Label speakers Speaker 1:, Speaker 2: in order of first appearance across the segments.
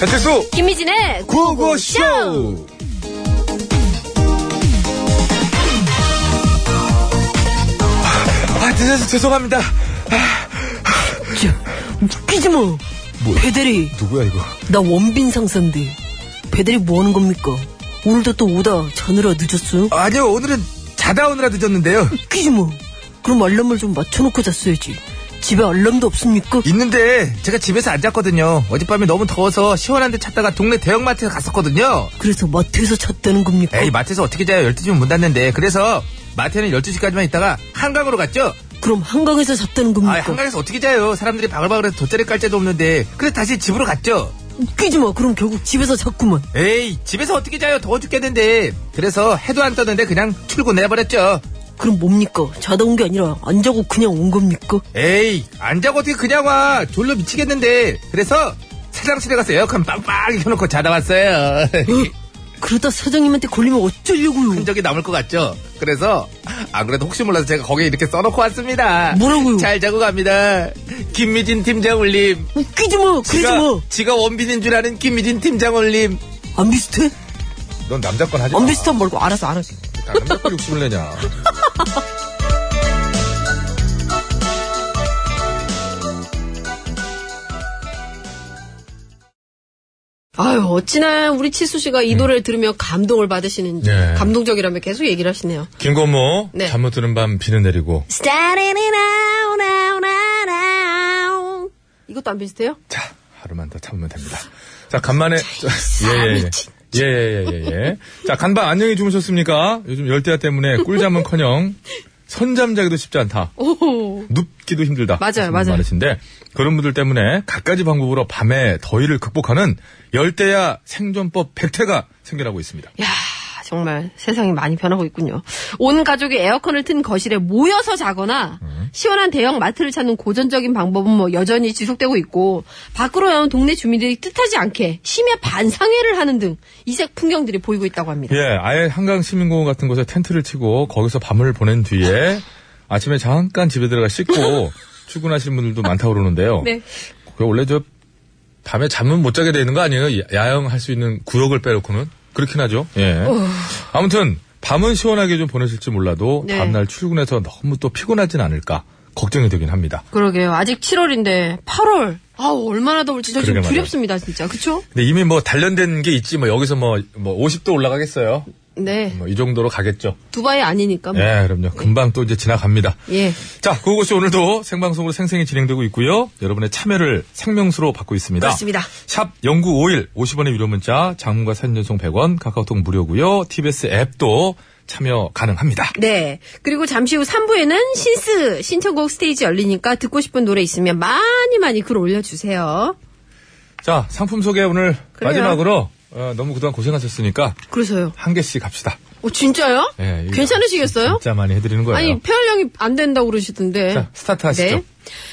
Speaker 1: 배칠수
Speaker 2: 김미진의
Speaker 1: 구호구쇼 아 늦어서 죄송합니다
Speaker 3: 웃기지 뭐. 배대리,
Speaker 1: 누구야 이거
Speaker 3: 나 원빈 상사인데. 배대리 뭐 하는 겁니까? 오늘도 또 오다 자느라 늦었어요?
Speaker 1: 아니요 오늘은 자다 오느라 늦었는데요
Speaker 3: 웃기지 뭐. 그럼 알람을 좀 맞춰놓고 잤어야지. 집에 알람도 없습니까?
Speaker 1: 있는데 제가 집에서 안 잤거든요 어젯밤에 너무 더워서 시원한 데 찾다가 동네 대형마트에 갔었거든요
Speaker 3: 그래서 마트에서 잤다는 겁니까?
Speaker 1: 에이 마트에서 어떻게 자요 12시면 문 닫는데 그래서 마트에는 12시까지만 있다가 한강으로 갔죠
Speaker 3: 그럼 한강에서 잤다는 겁니까?
Speaker 1: 아 한강에서 어떻게 자요 사람들이 바글바글해서 돗자리 깔 데도 없는데 그래서 다시 집으로 갔죠
Speaker 3: 웃기지 마. 그럼 결국 집에서 잤구만.
Speaker 1: 에이 집에서 어떻게 자요 더워 죽겠는데 그래서 해도 안 떴는데 그냥 출근해버렸죠
Speaker 3: 그럼 뭡니까? 자다 온 게 아니라 안 자고 그냥 온 겁니까?
Speaker 1: 에이 안 자고 어떻게 그냥 와 졸려 미치겠는데 그래서 사장실에 가서 에어컨 빵빵 켜놓고 자다 왔어요
Speaker 3: 그러다 사장님한테 걸리면 어쩌려고요?
Speaker 1: 흔적이 남을 것 같죠 그래서 안 그래도 혹시 몰라서 제가 거기에 이렇게 써놓고 왔습니다
Speaker 3: 뭐라고요?
Speaker 1: 잘 자고 갑니다 김미진 팀장 올림
Speaker 3: 웃기지 마. 그러지
Speaker 1: 지가,
Speaker 4: 뭐?
Speaker 3: 마.
Speaker 1: 지가 원빈인 줄 아는 김미진 팀장 올림
Speaker 3: 안 비슷해?
Speaker 1: 넌 남자권 하지
Speaker 3: 안 비슷한
Speaker 1: 어,
Speaker 3: 말고 알아서 안 할게.
Speaker 1: 네, 남자권 욕심을 내냐
Speaker 2: 아유 어찌나 우리 치수 씨가 이 노래를 들으며 감동을 받으시는지
Speaker 4: 음. 네.
Speaker 2: 감동적이라며 계속 얘기를 하시네요.
Speaker 4: 김건모,
Speaker 2: 네.
Speaker 4: 잠 못 드는 밤 비는 내리고.
Speaker 2: Starting it out, out, out, out. 이것도 안 비슷해요?
Speaker 4: 자, 하루만 더 참으면 됩니다. 자, 간만에.
Speaker 2: 사람이
Speaker 4: 예예예. 예, 예, 예, 예. 자, 간밤 안녕히 주무셨습니까? 요즘 열대야 때문에 꿀잠은 커녕 선잠 자기도 쉽지 않다.
Speaker 2: 오.
Speaker 4: 눕기도 힘들다.
Speaker 2: 맞아요,
Speaker 4: 하시는 분
Speaker 2: 맞아요.
Speaker 4: 많으신데 그런 분들 때문에 갖가지 방법으로 밤에 더위를 극복하는 열대야 생존법 100태가 생겨나고 있습니다.
Speaker 2: 야 정말 세상이 많이 변하고 있군요. 온 가족이 에어컨을 튼 거실에 모여서 자거나 시원한 대형 마트를 찾는 고전적인 방법은 뭐 여전히 지속되고 있고 밖으로 나온 동네 주민들이 뜻하지 않게 심야 반상회를 하는 등 이색 풍경들이 보이고 있다고 합니다.
Speaker 4: 예, 아예 한강 시민공원 같은 곳에 텐트를 치고 거기서 밤을 보낸 뒤에 아침에 잠깐 집에 들어가 씻고 출근하시는 분들도 많다고 그러는데요.
Speaker 2: 네.
Speaker 4: 그게 원래 저 밤에 잠은 못 자게 되는 거 아니에요? 야- 야영할 수 있는 구역을 빼놓고는 그렇긴 하죠. 예.
Speaker 2: 어.
Speaker 4: 아무튼 밤은 시원하게 좀 보내실지 몰라도
Speaker 2: 네.
Speaker 4: 다음날 출근해서 너무 또 피곤하진 않을까 걱정이 되긴 합니다.
Speaker 2: 그러게요. 아직 7월인데 8월. 아우 얼마나 더울지 저 지금
Speaker 4: 그러게 말이야.
Speaker 2: 두렵습니다 진짜. 그쵸?
Speaker 4: 근데 이미 뭐 단련된 게 있지 뭐 여기서 뭐, 뭐 50도 올라가겠어요.
Speaker 2: 네.
Speaker 4: 뭐 이 정도로 가겠죠.
Speaker 2: 두바이 아니니까. 뭐.
Speaker 4: 예, 그럼요. 금방 또 이제 지나갑니다.
Speaker 2: 예.
Speaker 4: 자, 그곳이 오늘도 생방송으로 생생히 진행되고 있고요. 여러분의 참여를 생명수로 받고 있습니다.
Speaker 2: 그렇습니다.
Speaker 4: 샵 0951, 50원의 유료 문자, 장문과 사진 전송 100원, 카카오톡 무료고요. TBS 앱도 참여 가능합니다.
Speaker 2: 네. 그리고 잠시 후 3부에는 신스 신청곡 스테이지 열리니까 듣고 싶은 노래 있으면 많이 많이 글 올려주세요.
Speaker 4: 자, 상품 소개 오늘
Speaker 2: 그래요.
Speaker 4: 마지막으로 어, 너무 그동안 고생하셨으니까
Speaker 2: 그래서요.
Speaker 4: 한 개씩 합시다.
Speaker 2: 어, 진짜요?
Speaker 4: 예, 이거
Speaker 2: 괜찮으시겠어요?
Speaker 4: 진짜 많이 해드리는 거예요.
Speaker 2: 아니, 폐활량이 안 된다고 그러시던데.
Speaker 4: 자, 스타트 하시죠.
Speaker 2: 네.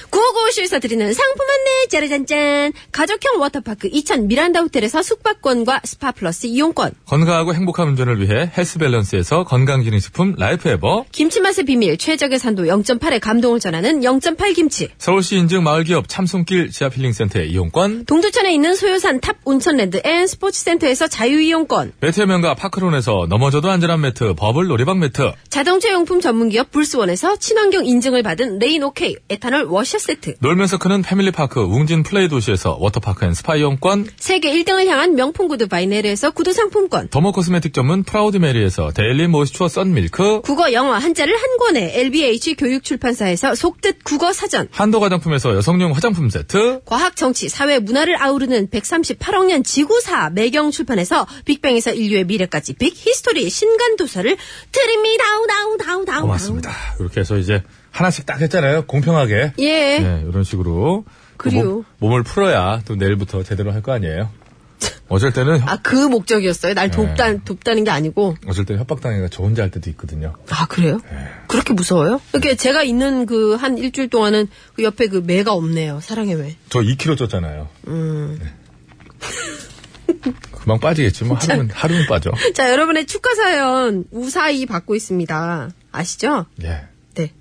Speaker 2: 구호고쇼에서 드리는 상품 안내 짜라잔짠 가족형 워터파크 이천 미란다 호텔에서 숙박권과 스파 플러스 이용권
Speaker 4: 건강하고 행복한 운전을 위해 헬스 밸런스에서 건강기능식품 라이프 에버,
Speaker 2: 김치맛의 비밀 최적의 산도 0.8의 감동을 전하는 0.8 김치
Speaker 4: 서울시 인증 마을기업 참손길 지하필링센터의 이용권,
Speaker 2: 동두천에 있는 소요산 탑 온천랜드 앤 스포츠센터에서 자유이용권
Speaker 4: 매트의 명가 파크론에서 넘어져도 안전한 매트 버블 놀이방 매트
Speaker 2: 자동차 용품 전문기업 불스원에서 친환경 인증을 받은 레인 오케이 에탄올
Speaker 5: 샤워
Speaker 2: 워셔
Speaker 5: 세트.
Speaker 4: 놀면서 크는 패밀리파크 웅진 플레이 도시에서 워터파크 앤 스파 이용권
Speaker 2: 세계 1등을 향한 명품 구두 바이네르에서 구두 상품권.
Speaker 4: 더모 코스메틱 전문 프라우드 메리에서 데일리 모이스처 썬밀크
Speaker 2: 국어 영어 한자를 한 권에 LBH 교육출판사에서 속뜻 국어 사전.
Speaker 4: 한도 화장품에서 여성용 화장품 세트
Speaker 2: 과학, 정치, 사회, 문화를 아우르는 138억 년 지구사 매경 출판에서 빅뱅에서 인류의 미래까지 빅 히스토리 신간 도서를 드립니다. 다우 다우 다우
Speaker 4: 고맙습니다. 이렇게 해서 이제 하나씩 딱 했잖아요. 공평하게.
Speaker 2: 예.
Speaker 4: 네, 이런 식으로.
Speaker 2: 그리요.
Speaker 4: 몸, 을 풀어야 또 내일부터 제대로 할 거 아니에요. 어쩔 때는 협-
Speaker 2: 아, 그 목적이었어요. 날
Speaker 4: 네.
Speaker 2: 돕다, 돕다는 게 아니고.
Speaker 4: 어쩔 때 협박당해가 저 혼자 할 때도 있거든요.
Speaker 2: 아, 그래요?
Speaker 4: 네.
Speaker 2: 그렇게 무서워요? 이렇게 제가 있는 그 한 일주일 동안은 그 옆에 그 매가 없네요. 사랑의 매.
Speaker 4: 저 2kg 쪘잖아요.
Speaker 2: 음.
Speaker 4: 네. 금방 빠지겠지. 뭐 하루는 하루는 빠져.
Speaker 2: 자, 여러분의 축하 사연 우사히 받고 있습니다. 아시죠?
Speaker 4: 예.
Speaker 2: 네.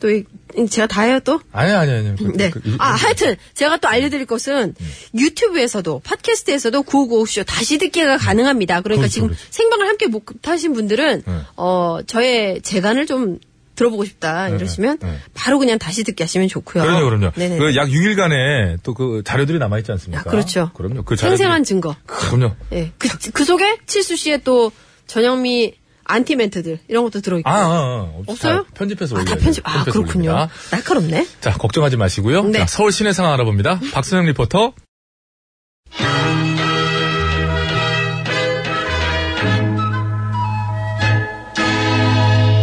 Speaker 2: 또, 이- 제가 다 해요, 또?
Speaker 4: 아니 아니 아니. 그-
Speaker 2: 네.
Speaker 4: 그- 이-
Speaker 2: 아, 하여튼, 제가 또 알려드릴 것은,
Speaker 4: 음.
Speaker 2: 유튜브에서도, 팟캐스트에서도 9955쇼 다시 듣기가 가능합니다.
Speaker 4: 음.
Speaker 2: 그러니까
Speaker 4: 그렇죠,
Speaker 2: 지금
Speaker 4: 그렇죠.
Speaker 2: 생방을 함께 못하신 분들은,
Speaker 4: 네.
Speaker 2: 어, 저의 재간을 좀 들어보고 싶다,
Speaker 4: 네,
Speaker 2: 이러시면,
Speaker 4: 네, 네.
Speaker 2: 바로 그냥 다시 듣기 하시면 좋고요.
Speaker 4: 그럼요, 그럼요.
Speaker 2: 어. 네네네.
Speaker 4: 그 약 6일간의 또 그 자료들이 남아 있지 않습니까?
Speaker 2: 아, 그렇죠.
Speaker 4: 그럼요. 그 자료들이-
Speaker 2: 생생한 증거.
Speaker 4: 그럼요.
Speaker 2: 예. 그, 그 속에 칠수 씨의 또, 전영미 안티 멘트들, 이런 것도 들어있고.
Speaker 4: 아, 아, 아.
Speaker 2: 없어요?
Speaker 4: 다 편집해서
Speaker 2: 아,
Speaker 4: 올려요.
Speaker 2: 다 편집, 아, 그렇군요.
Speaker 4: 올립니다.
Speaker 2: 날카롭네.
Speaker 4: 자, 걱정하지 마시고요.
Speaker 2: 네.
Speaker 4: 자, 서울 시내 상황 알아봅니다. 박선영 리포터.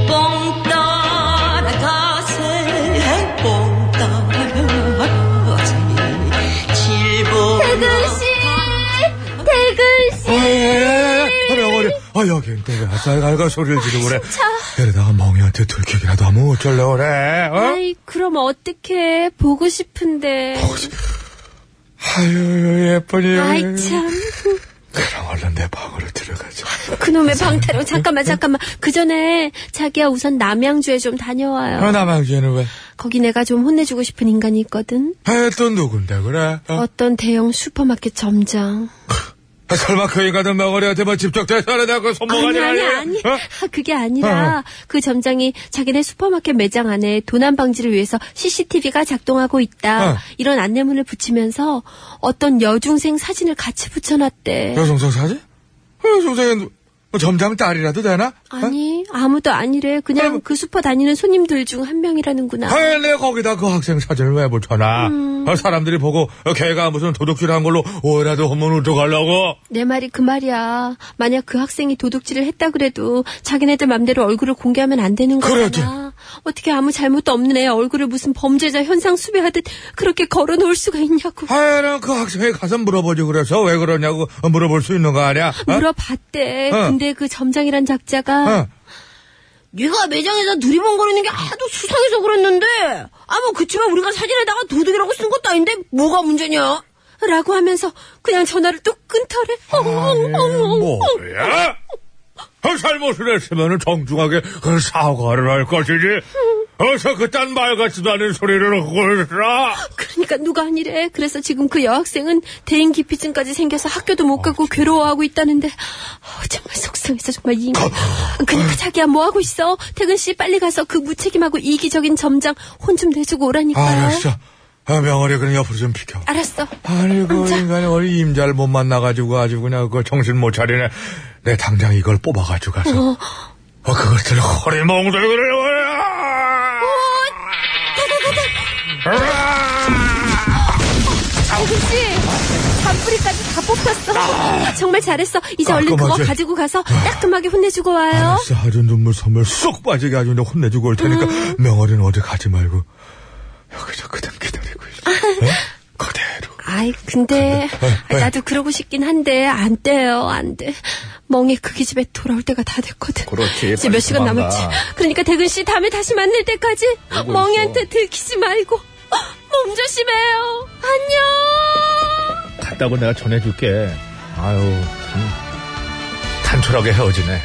Speaker 6: 뽕 따라가세 뽕 따라가세 칠보
Speaker 4: 어, 예, 예, 예. 아, 명월이. 아, 여긴 내가 쌀갈가 소리를 지르고 그래. 이러다가 멍이한테 들키기라도 하면 어쩌려고 그래. 어?
Speaker 2: 아이, 그럼 어떡해. 보고 싶은데.
Speaker 4: 아유, 예쁜이.
Speaker 2: 아이, 참.
Speaker 4: 그럼 얼른 내 방으로 들어가자.
Speaker 2: 그놈의 방탈용 잠깐만
Speaker 4: 네?
Speaker 2: 잠깐만 그 전에 자기야 우선 남양주에 좀 다녀와요
Speaker 4: 어, 남양주에는 왜?
Speaker 2: 거기 내가 좀 혼내주고 싶은 인간이 있거든
Speaker 4: 아, 또 누군데, 그래? 어?
Speaker 2: 어떤 대형 슈퍼마켓 점장
Speaker 4: 아, 설마 그 인간은 명월이한테 뭐 직접 대사를 내고 손목하니
Speaker 2: 아니 아니 아니
Speaker 4: 어?
Speaker 2: 아, 그게 아니라 그 점장이 자기네 슈퍼마켓 매장 안에 도난 방지를 위해서 CCTV가 작동하고 있다
Speaker 4: 어.
Speaker 2: 이런 안내문을 붙이면서 어떤 여중생 사진을 같이 붙여놨대
Speaker 4: 여성성 사지? 여성성은 뭐 점장 딸이라도 되나? 어?
Speaker 2: 아니 아무도 아니래
Speaker 4: 아니,
Speaker 2: 그냥
Speaker 4: 뭐-
Speaker 2: 그 슈퍼 다니는 손님들 중 한 명이라는구나
Speaker 4: 아, 내 거기다 그 학생 사진을 왜 붙여놔? 아, 사람들이 보고 어, 걔가 무슨 도둑질한 걸로 오해라도 허문을 어떡하려고?
Speaker 2: 내 말이 그 말이야. 만약 그 학생이 도둑질을 했다 그래도 자기네들 맘대로 얼굴을 공개하면 안 되는 거잖아.
Speaker 4: 그러지.
Speaker 2: 어떻게 아무 잘못도 없는 애 얼굴을 무슨 범죄자 현상 수배하듯 그렇게 걸어놓을 수가 있냐고.
Speaker 4: 하여는 그 학생이 가서 물어보지 그래서 왜 그러냐고 물어볼 수 있는 거 아니야? 어?
Speaker 2: 물어봤대.
Speaker 4: 어.
Speaker 2: 근데 그 점장이란 작자가
Speaker 4: 어.
Speaker 2: 네가 매장에서 두리번거리는 게 하도 수상해서 그랬는데 아무 뭐 그치만 우리가 사진에다가 도둑이라고 쓴 것도 아닌데 뭐가 문제냐? 라고 하면서 그냥 전화를 또 끊더래.
Speaker 4: 아니, 어? 뭐야? 어, 잘못을 했으면 정중하게 그 사과를 할 것이지. 어서 그딴 말 같지도 않은 소리를 하고 있으라.
Speaker 2: 그러니까 누가 아니래. 그래서 지금 그 여학생은 대인 기피증까지 생겨서 학교도
Speaker 4: 아,
Speaker 2: 못 가고 괴로워하고 있다는데 어, 정말 속상해서 정말 이 그러니까 자기야 뭐 하고 있어? 태근 씨 빨리 가서 그 무책임하고 이기적인 점장 혼 좀 내주고 오라니까요.
Speaker 4: 아, 진짜. 아, 명월이 그냥 옆으로 좀 비켜.
Speaker 2: 알았어.
Speaker 4: 아니, 그
Speaker 2: 자.
Speaker 4: 인간이 원래 임자를 못 만나가지고 아주 그냥 그 정신 못 차리네. 내 당장 이걸 뽑아가지고 가서. 어, 그것들 허리 멍들거려.
Speaker 2: 태근 씨 잔뿌리까지 다 뽑혔어. 정말 잘했어. 이제 얼른 그거
Speaker 4: 깔끔하지?
Speaker 2: 가지고 가서 따끔하게 혼내주고 와요.
Speaker 4: 알았어. 아주 눈물 선물 쏙 빠지게 아주 그냥 혼내주고 올 테니까 명월이는 어디 가지 말고 여기서 그냥 기다리고 있어. 어? 그대로.
Speaker 2: 아이 근데
Speaker 4: 에.
Speaker 2: 나도 그러고 싶긴 한데 안 돼요 안 돼. 멍이 그 기집애 돌아올 때가 다 됐거든.
Speaker 7: 그렇지,
Speaker 2: 이제 몇
Speaker 7: 빨리
Speaker 2: 시간
Speaker 7: 도망가.
Speaker 2: 남았지. 그러니까 대근 씨 다음에 다시 만날 때까지 멍이한테 들키지 말고 어, 몸 조심해요. 안녕.
Speaker 7: 갔다고 내가 전해줄게. 아유, 참. 단촐하게 헤어지네.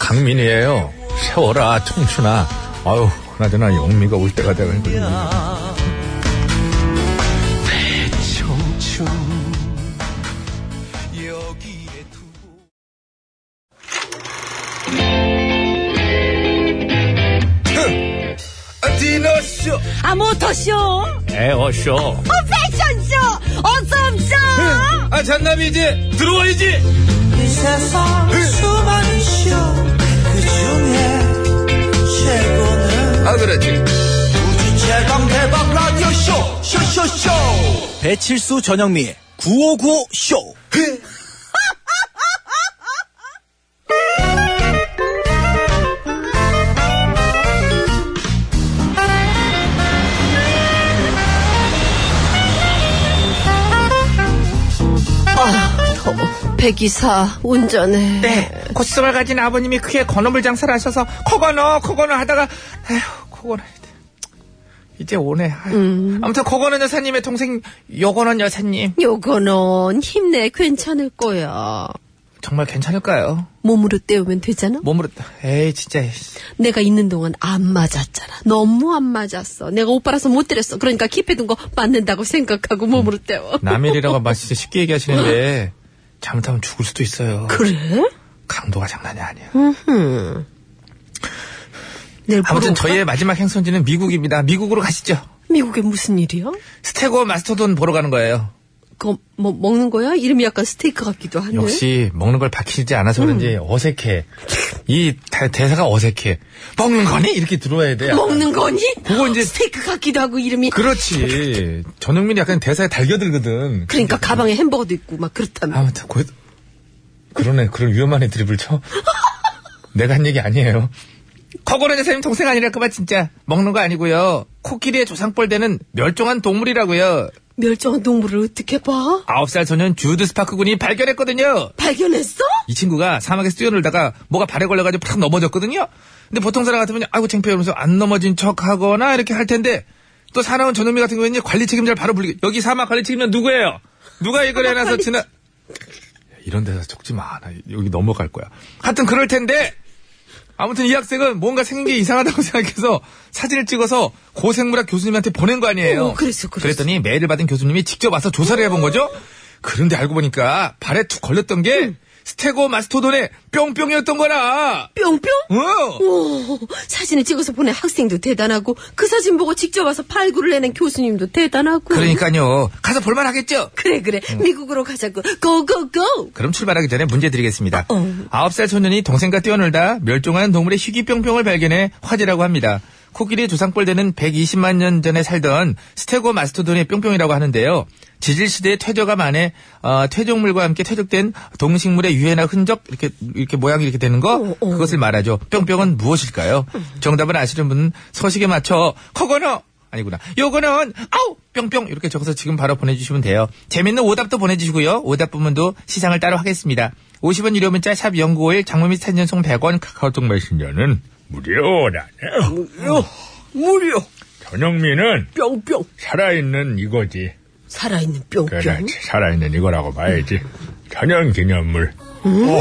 Speaker 7: 강민이에요. 세워라, 청춘아. 아유, 그나저나 영미가 올 때가 돼가지고. 디너쇼
Speaker 4: 쇼
Speaker 3: 아 모터쇼
Speaker 4: 에어쇼
Speaker 3: 패션쇼 어썸쇼
Speaker 4: 아 잔남이 이제 들어와야지 네.
Speaker 8: 이 세상 수많은 쇼그 중에 최고는
Speaker 4: 아 그렇지
Speaker 8: 우주 최강 대박 라디오 쇼 쇼쇼쇼 배칠수 전영미의 9595 쇼.
Speaker 2: 백이사 운전해.
Speaker 1: 네, 고수성을 가진 아버님이 크게 건어물 장사를 하셔서 코건어 코건어 하다가 에휴 코건어 이제 오네. 아휴. 아무튼 코건어 여사님의 동생 요건원 여사님
Speaker 2: 요거는 힘내 괜찮을 거야.
Speaker 1: 정말 괜찮을까요?
Speaker 2: 몸으로 때우면 되잖아.
Speaker 1: 몸으로 에이 진짜
Speaker 2: 내가 있는 동안 안 맞았잖아. 너무 안 맞았어. 내가 오빠라서 못 때렸어. 그러니까 킵해둔 거 맞는다고 생각하고 몸으로 때워.
Speaker 1: 남일이라고 막 진짜 쉽게 얘기하시는데 잘못하면 죽을 수도 있어요.
Speaker 2: 그래?
Speaker 1: 강도가 장난이 아니야.
Speaker 2: 내일
Speaker 1: 아무튼
Speaker 2: 보러 올까?
Speaker 1: 저희의 마지막 행선지는 미국입니다. 미국으로 가시죠.
Speaker 2: 미국에 무슨 일이야?
Speaker 1: 스테고 마스터돈 보러 가는 거예요.
Speaker 2: 그거 뭐 먹는 거야? 이름이 약간 스테이크 같기도 한데.
Speaker 1: 역시 먹는 걸 밝히지 않아서
Speaker 2: 음.
Speaker 1: 그런지 어색해. 이 대- 대사가 어색해. 먹는 거니? 이렇게 들어와야 돼. 약간.
Speaker 2: 먹는 거니? 그
Speaker 1: 그거 이제-
Speaker 2: 스테이크 같기도 하고 이름이.
Speaker 1: 그렇지. 전영민이 약간 대사에 달겨들거든.
Speaker 2: 그러니까 가방에 햄버거도 있고 막 그렇다면.
Speaker 1: 아무튼 고... 그러네. 그런 위험한 애드립을 쳐. 내가 한 얘기 아니에요. 커고는 여사님 동생 아니랄까봐 진짜 먹는 거 아니고요. 코끼리의 조상벌 되는 멸종한 동물이라고요.
Speaker 2: 멸종한 동물을 어떻게 봐?
Speaker 1: 아홉 살 소년 주드 스파크 군이 발견했거든요.
Speaker 2: 발견했어?
Speaker 1: 이 친구가 사막에서 뛰어놀다가 뭐가 발에 걸려가지고 팍 넘어졌거든요. 근데 보통 사람 같으면 아이고 창피해 이러면서 안 넘어진 척하거나 이렇게 할 텐데 또 사나운 전현미 같은 경우에는 관리 책임자를 바로 불리게 여기 사막 관리 책임자 누구예요? 누가 이걸 해놔서 지나 이런 데서 속지 마. 나 여기 넘어갈 거야. 하여튼 그럴 텐데 아무튼 이 학생은 뭔가 생긴 게 이상하다고 생각해서 사진을 찍어서 고생물학 교수님한테 보낸 거 아니에요.
Speaker 2: 어, 그랬어, 그랬어.
Speaker 1: 더니 메일을 받은 교수님이 직접 와서 조사를 해본 거죠. 그런데 알고 보니까 발에 툭 걸렸던 게 스테고 마스토돈의 뿅뿅이었던 거라.
Speaker 2: 뿅뿅?
Speaker 1: 어.
Speaker 2: 오, 사진을 찍어서 보낸 학생도 대단하고 그 사진 보고 직접 와서 팔구를 내낸 교수님도 대단하고.
Speaker 1: 그러니까요. 가서 볼만 하겠죠?
Speaker 2: 그래 그래
Speaker 4: 음.
Speaker 2: 미국으로 가자고 고고고
Speaker 1: 그럼 출발하기 전에 문제 드리겠습니다.
Speaker 2: 어.
Speaker 1: 아홉 살 소년이 동생과 뛰어놀다 멸종한 동물의 희귀뿅뿅을 발견해 화제라고 합니다. 코끼리 조상벌 되는 120만 년 전에 살던 스테고 마스토돈의 뿅뿅이라고 하는데요. 지질시대의 퇴적암 안에 어, 퇴적물과 함께 퇴적된 동식물의 유해나 흔적 이렇게 이렇게 모양이 이렇게 되는 거
Speaker 2: 어, 어.
Speaker 1: 그것을 말하죠. 뿅뿅은 무엇일까요? 정답을 아시는 분은 서식에 맞춰 커거너 아니구나. 요거는 아우 뿅뿅 이렇게 적어서 지금 바로 보내주시면 돼요. 재밌는 오답도 보내주시고요. 오답 부문도 시상을 따로 하겠습니다. 50원 유료 문자 샵 연구일 장모 및 사진 전송 100원 카카오톡 메신저는
Speaker 9: 무료라네.
Speaker 2: 무료
Speaker 9: 전영미는
Speaker 2: 뿅뿅
Speaker 9: 살아있는 이거지.
Speaker 2: 살아있는 뿅뿅
Speaker 9: 그렇지. 살아있는 이거라고 봐야지. 전형 기념물. 오.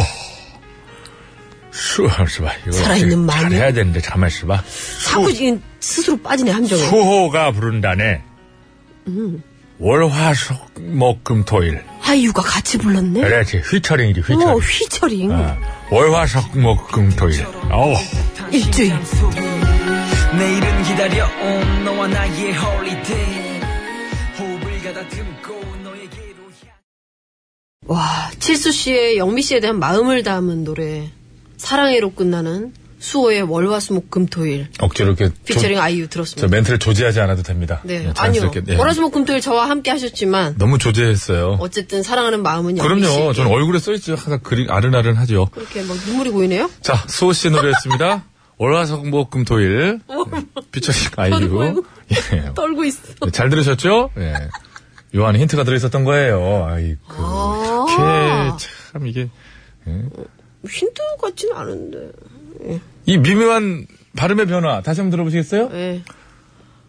Speaker 9: 수만 있어봐. 이거
Speaker 2: 살아있는
Speaker 9: 어떻게
Speaker 2: 마녀?
Speaker 9: 잘해야 되는데 가만 있어봐.
Speaker 2: 자꾸 지금 스스로 빠지네 음. 함정에
Speaker 9: 수호가 부른다네. 월화석목금토일.
Speaker 2: 아이유가 같이 불렀네
Speaker 9: 그렇지. 휘처링이지 휘처링.
Speaker 2: 어 휘처링
Speaker 4: 네.
Speaker 9: 아, 월화석목금토일. 아, 어우.
Speaker 2: 일주일
Speaker 8: 내일은 기다려 온 너와 나의 홀리데이 호흡을 가다듬고 너에게로 향
Speaker 2: 와 칠수 씨의 영미 씨에 대한 마음을 담은 노래 사랑해로 끝나는 수호의 월화수목금토일
Speaker 4: 억지로 이렇게 조-
Speaker 2: 피처링 아이유
Speaker 4: 저
Speaker 2: 들었습니다
Speaker 4: 멘트를 조제하지 않아도 됩니다.
Speaker 2: 네
Speaker 4: 예,
Speaker 2: 아니요
Speaker 4: 자연스럽게. 예.
Speaker 2: 월화수목금토일 저와 함께 하셨지만
Speaker 4: 너무 조제했어요.
Speaker 2: 어쨌든 사랑하는 마음은 영미
Speaker 4: 그럼요.
Speaker 2: 씨
Speaker 4: 저는 얼굴에 써있죠. 항상 그리 아른아른하죠.
Speaker 2: 그렇게 막 눈물이 고이네요
Speaker 4: 자, 수호 씨 노래였습니다. 월화성목금토일
Speaker 2: 뭐,
Speaker 4: 피처링 아이유.
Speaker 2: 어이구.
Speaker 4: 예.
Speaker 2: 떨고 있어
Speaker 4: 네, 잘 들으셨죠? 예. 요 안에 힌트가 들어있었던 거예요. 아이고.
Speaker 2: 아.
Speaker 4: 이게 참 이게
Speaker 2: 힌트 같진 않은데
Speaker 4: 이 미묘한 발음의 변화 다시 한번 들어보시겠어요?
Speaker 2: 예.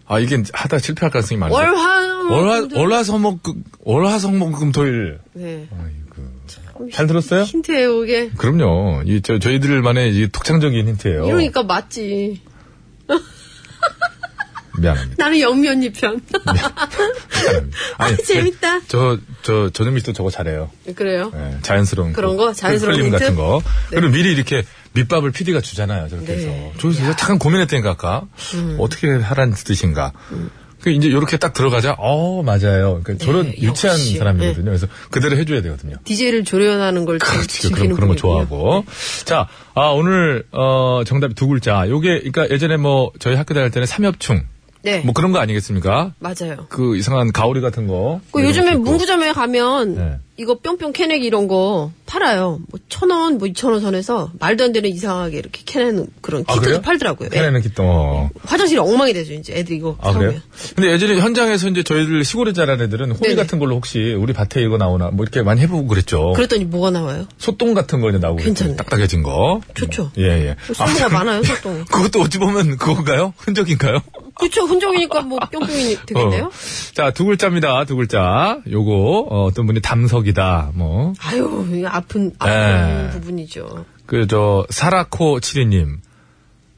Speaker 4: 아 이게 하다 실패할 가능성이 많아요.
Speaker 2: 월화
Speaker 4: 어.
Speaker 2: 뭐
Speaker 4: 월화 어. 월화성목 월화성목금토일.
Speaker 2: 네.
Speaker 4: 잘 들었어요?
Speaker 2: 힌트예요 이게.
Speaker 4: 그럼요. 이 저 어. 저희들만의 이 독창적인 힌트예요.
Speaker 2: 이러니까 맞지.
Speaker 4: 미안합니다.
Speaker 2: 나는 영미 언니 편.
Speaker 4: 미안합니다.
Speaker 2: 아, 재밌다.
Speaker 4: 네. 저, 저, 전현미 씨도 저거 잘해요.
Speaker 2: 네, 그래요.
Speaker 4: 예, 자연스러운.
Speaker 2: 그런
Speaker 4: 그
Speaker 2: 거? 자연스러운
Speaker 4: 흘림
Speaker 2: 힌트?
Speaker 4: 같은 거.
Speaker 2: 네.
Speaker 4: 그리고 미리 이렇게 밑밥을 PD가 주잖아요. 저렇게
Speaker 2: 네. 음.
Speaker 4: 해서. 조이서 잠깐 고민했다니까, 아까. 어떻게 하라는 뜻인가. 그 이제 이렇게 딱 들어가자. 어, 맞아요. 그러니까 저런 유치한
Speaker 2: 네, 역시.
Speaker 4: 사람이거든요. 그래서 그대로 해줘야 되거든요.
Speaker 2: DJ를 조련하는 걸 참
Speaker 4: 그렇죠.
Speaker 2: 즐기는
Speaker 4: 그런, 그런 거
Speaker 2: 분이군요. 네.
Speaker 4: 좋아하고. 자, 아, 오늘, 어, 정답이 두 글자. 요게, 그러니까 예전에 뭐, 저희 학교 다닐 때는 삼엽충.
Speaker 2: 네.
Speaker 4: 뭐 그런 거 아니겠습니까?
Speaker 2: 맞아요.
Speaker 4: 그 이상한 가오리 같은 거.
Speaker 2: 그
Speaker 4: 이런
Speaker 2: 요즘에
Speaker 4: 것도 있고.
Speaker 2: 문구점에 가면
Speaker 4: 네.
Speaker 2: 이거 뿅뿅 캐내기 이런 거 팔아요. 뭐 천 원, 뭐 이천 원 선에서 말도 안 되는 이상하게 이렇게 캐내는 그런
Speaker 4: 아,
Speaker 2: 키트도
Speaker 4: 그래요?
Speaker 2: 팔더라고요. 예.
Speaker 4: 캐내는 기똥.
Speaker 2: 화장실이 엉망이 되죠 이제 애들 이거
Speaker 4: 아,
Speaker 2: 사오면.
Speaker 4: 그래요? 근데 예전에 현장에서 이제 저희들 시골에 자란 애들은 호미
Speaker 2: 네네.
Speaker 4: 같은 걸로 혹시 우리 밭에 이거 나오나 뭐 이렇게 많이 해보고 그랬죠.
Speaker 2: 그랬더니 뭐가 나와요?
Speaker 4: 소똥 같은 거 이제 나오고.
Speaker 2: 괜찮네.
Speaker 4: 그랬죠. 딱딱해진 거.
Speaker 2: 좋죠.
Speaker 4: 예, 예.
Speaker 2: 소리가 많아요, 소똥.
Speaker 4: 그것도 어찌 보면 그건가요? 흔적인가요?
Speaker 2: 그렇죠. 흔적이니까 뭐 뿅뿅이 되겠네요.
Speaker 4: 어. 자, 두 글자입니다. 두 글자. 요거, 어, 떤 분이 담석이다. 뭐.
Speaker 2: 아유, 이거 아픈 아픈
Speaker 4: 네.
Speaker 2: 부분이죠.
Speaker 4: 그, 저, 사라코 치리님.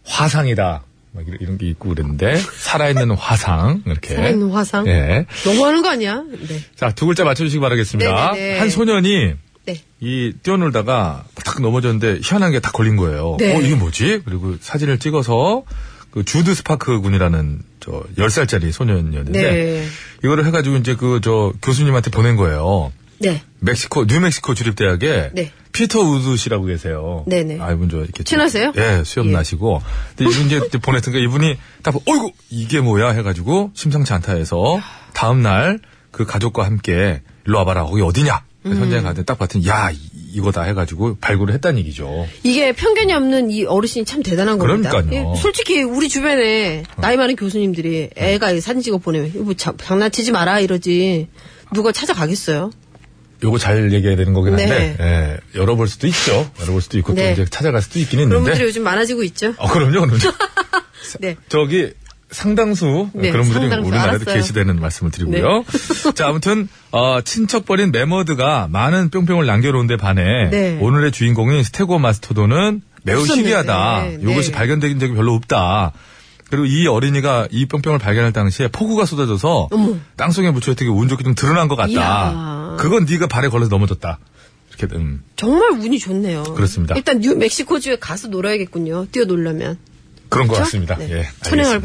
Speaker 4: 화상이다. 막 이런, 이런 게 있고 그랬는데. 살아있는 화상. 이렇게.
Speaker 2: 살아있는 화상.
Speaker 4: 예.
Speaker 2: 너무 하는 거 아니야? 네.
Speaker 4: 자, 두 글자 맞춰주시기 바라겠습니다.
Speaker 2: 네네네.
Speaker 4: 한 소년이
Speaker 2: 네.
Speaker 4: 이 뛰어놀다가 탁 넘어졌는데 희한한 게 다 걸린 거예요.
Speaker 2: 네.
Speaker 4: 어, 이게 뭐지? 그리고 사진을 찍어서 그 주드 스파크 군이라는 저 10살짜리 소년이었는데
Speaker 2: 네.
Speaker 4: 이거를 해가지고 이제 그 저 교수님한테 보낸 거예요.
Speaker 2: 네.
Speaker 4: 멕시코 뉴멕시코 주립대학에
Speaker 2: 네.
Speaker 4: 피터 우드 씨라고 계세요.
Speaker 2: 네네.
Speaker 4: 아 이분 저 이렇게
Speaker 2: 친하세요?
Speaker 4: 예, 수염
Speaker 2: 예.
Speaker 4: 나시고. 근데 이분 이제 보냈으니까 이분이 딱 보고 어이구 이게 뭐야 해가지고 심상치 않다 해서 다음 날 그 가족과 함께 일로 와봐라 거기 어디냐 그래서
Speaker 2: 음.
Speaker 4: 현장에 갔는데 딱 봤더니 야 이- 이거다 해가지고 발굴을 했다는 얘기죠.
Speaker 2: 이게 편견이 없는 이 어르신이 참 대단한 겁니다.
Speaker 4: 그러니까요. 어.
Speaker 2: 예, 솔직히 우리 주변에 나이 많은 교수님들이 애가 이 사진 찍어 보내면 이거 뭐 자- 장난치지 마라 이러지 누가 찾아가겠어요?
Speaker 4: 요거 잘 얘기해야 되는 거긴 한데
Speaker 2: 네.
Speaker 4: 예, 열어볼 수도 있죠. 열어볼 수도 있고
Speaker 2: 네.
Speaker 4: 또 이제 찾아갈 수도 있긴
Speaker 2: 그런
Speaker 4: 했는데.
Speaker 2: 분들이 요즘 많아지고 있죠.
Speaker 4: 어 그럼요 그럼요.
Speaker 2: 네.
Speaker 4: 저기 상당수
Speaker 2: 네,
Speaker 4: 그런 분들이
Speaker 2: 상당수
Speaker 4: 우리나라에도
Speaker 2: 알았어요. 네.
Speaker 4: 계시되는 말씀을 드리고요. 자 아무튼 어, 친척벌인 매머드가 많은 뿅뿅을 남겨놓은데 반해
Speaker 2: 네.
Speaker 4: 오늘의 주인공인 스테고마스토돈은 매우
Speaker 2: 없었는데.
Speaker 4: 희귀하다.
Speaker 2: 네, 네.
Speaker 4: 이것이 발견된 적이 별로 없다. 그리고 이 어린이가 이 뿅뿅을 발견할 당시에 폭우가 쏟아져서 땅속에 묻혀 되게 운 좋게 좀 드러난 것 같다.
Speaker 2: 이야.
Speaker 4: 그건 네가 발에 걸려서 넘어졌다. 이렇게 음.
Speaker 2: 정말 운이 좋네요.
Speaker 4: 그렇습니다.
Speaker 2: 일단 뉴멕시코주에 가서 놀아야겠군요. 뛰어놀려면.
Speaker 4: 그런 것
Speaker 2: 그렇죠?
Speaker 4: 같습니다.
Speaker 2: 네.
Speaker 4: 예,
Speaker 2: 천행을
Speaker 4: 알겠습니다.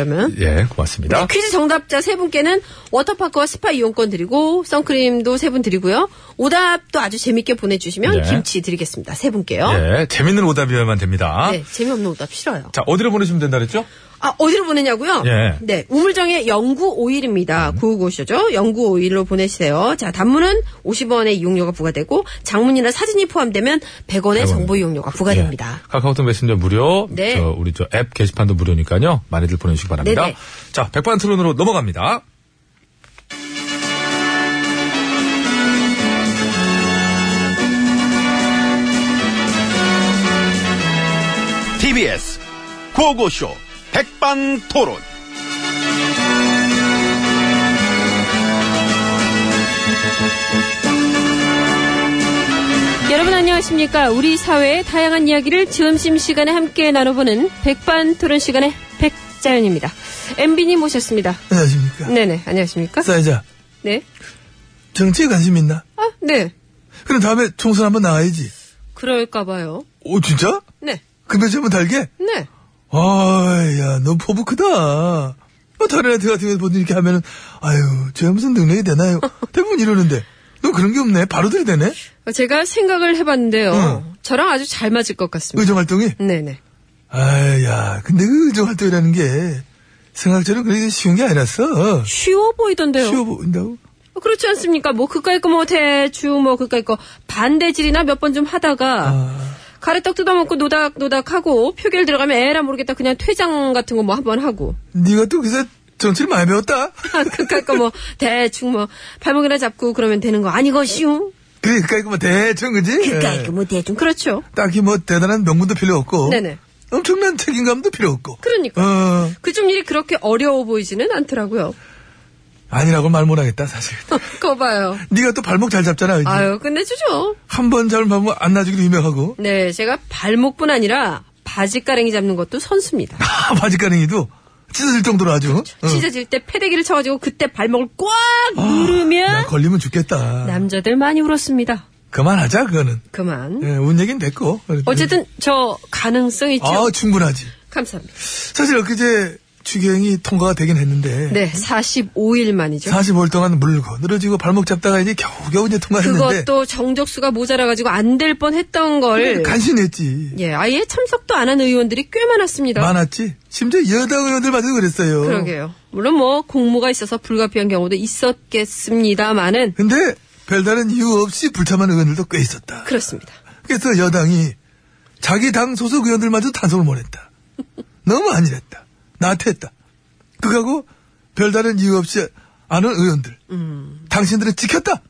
Speaker 2: 바라려면.
Speaker 4: 예, 고맙습니다.
Speaker 2: 네, 퀴즈 정답자 세 분께는 워터파크와 스파 이용권 드리고 선크림도 세 분 드리고요. 오답도 아주 재밌게 보내주시면
Speaker 4: 네.
Speaker 2: 김치 드리겠습니다. 세 분께요.
Speaker 4: 예, 재밌는 오답이어야만 됩니다.
Speaker 2: 네, 재미없는 오답 싫어요.
Speaker 4: 자, 어디로 보내시면 된다 그랬죠?
Speaker 2: 아, 어디로 보내냐고요?
Speaker 4: 예. 음.
Speaker 2: 네, 우물정의 0951입니다. 955쇼죠? 0951로 보내주세요. 자, 단문은 50원의 이용료가 부과되고, 장문이나 사진이 포함되면 100원의 정보 이용료가 부과됩니다.
Speaker 4: 예. 카카오톡 메신저 무료.
Speaker 2: 네.
Speaker 4: 저 우리 저 앱 게시판도 무료니까요. 많이들 보내주시기 바랍니다.
Speaker 2: 네네.
Speaker 4: 자, 백반 토론으로 넘어갑니다.
Speaker 10: TBS 고고쇼 백반토론.
Speaker 11: 여러분 안녕하십니까? 우리 사회의 다양한 이야기를 점심 시간에 함께 나눠보는 백반 토론 시간의 백자연입니다. MB님 모셨습니다.
Speaker 1: 안녕하십니까.
Speaker 11: 네네, 안녕하십니까?
Speaker 1: 사이자,
Speaker 11: 네.
Speaker 1: 정치에 관심 있나?
Speaker 11: 아, 네.
Speaker 1: 그럼 다음에 총선 한번 나가야지.
Speaker 11: 그럴까봐요.
Speaker 1: 오, 진짜?
Speaker 11: 네.
Speaker 1: 금배지 한번 달게?
Speaker 11: 네.
Speaker 1: 아이, 야, 너 포부 크다. 뭐 다른 애들 같은 거 보통 이렇게 하면은, 아유, 쟤 무슨 능력이 되나요? 대부분 이러는데. 너 그런 게 없네. 바로들이 되네?
Speaker 11: 제가 생각을 해봤는데요.
Speaker 1: 응.
Speaker 11: 저랑 아주 잘 맞을 것 같습니다.
Speaker 1: 의정활동이?
Speaker 11: 네네.
Speaker 1: 아이, 야, 근데 그 의정활동이라는 게, 생각처럼 그렇게 쉬운 게 아니라서,
Speaker 11: 쉬워 보이던데요.
Speaker 1: 쉬워 보인다고?
Speaker 11: 그렇지 않습니까? 뭐 그까이 거뭐 대충 뭐 그까이 거 반대질이나 몇 번 좀 하다가
Speaker 1: 아.
Speaker 11: 가래떡 뜯어먹고 노닥노닥하고 표결 들어가면 에라 모르겠다 그냥 퇴장 같은 거 뭐 한 번 하고
Speaker 1: 네가 또 그새 정치를 많이 배웠다?
Speaker 11: 그까이 거뭐 대충 뭐 발목이나 잡고 그러면 되는 거 아니것이요?
Speaker 1: 그래, 그까이 거뭐 대충, 그지?
Speaker 2: 그러니까
Speaker 1: 예.
Speaker 2: 이거 뭐 대충 그런
Speaker 11: 그렇죠.
Speaker 1: 딱히 뭐 대단한 명분도 필요 없고.
Speaker 11: 네네.
Speaker 1: 엄청난 책임감도 필요 없고.
Speaker 11: 그러니까.
Speaker 1: 어,
Speaker 11: 그 좀 일이 그렇게 어려워 보이지는 않더라고요.
Speaker 1: 아니라고 말 못하겠다, 사실.
Speaker 11: 거 봐요.
Speaker 1: 네가 또 발목 잘 잡잖아, 그지?
Speaker 11: 아유 끝내주죠.
Speaker 1: 한 번
Speaker 12: 뭐
Speaker 1: 잘못하면 안 놔주기도 유명하고.
Speaker 11: 네 제가 발목뿐 아니라 바지가랭이 잡는 것도 선수입니다.
Speaker 1: 아, 바지가랭이도
Speaker 12: 찢어질 정도로 아주. 어.
Speaker 2: 찢어질 때 패대기를 쳐가지고 그때 발목을 꽉
Speaker 12: 아,
Speaker 2: 누르면
Speaker 12: 나 걸리면 죽겠다.
Speaker 2: 남자들 많이 울었습니다.
Speaker 12: 그만하자 그거는.
Speaker 2: 그만.
Speaker 12: 예, 운 얘기는 됐고.
Speaker 2: 어쨌든 저 가능성 있죠.
Speaker 12: 아 충분하지.
Speaker 2: 감사합니다.
Speaker 12: 사실 엊그제 추경이 통과가 되긴 했는데.
Speaker 2: 네, 45일 만이죠.
Speaker 12: 45일 동안 물고 늘어지고 발목 잡다가 이제 겨우겨우 이제 통과했는데.
Speaker 2: 그것도 정적수가 모자라가지고 안 될 뻔했던
Speaker 12: 그러니까.
Speaker 2: 걸
Speaker 12: 간신했지.
Speaker 2: 예, 아예 참석도 안 한 의원들이 꽤 많았습니다.
Speaker 12: 많았지. 심지어 여당 의원들 마저 그랬어요.
Speaker 2: 그러게요. 물론 뭐 공무가 있어서 불가피한 경우도 있었겠습니다만은
Speaker 12: 근데 별다른 이유 없이 불참한 의원들도 꽤 있었다.
Speaker 2: 그렇습니다.
Speaker 12: 그래서 여당이 자기 당 소속 의원들마저 단속을 못했다. 너무 안일했다. 나태했다. 그거하고 별다른 이유 없이 아는 의원들.
Speaker 2: 음.
Speaker 12: 당신들은 지켰다.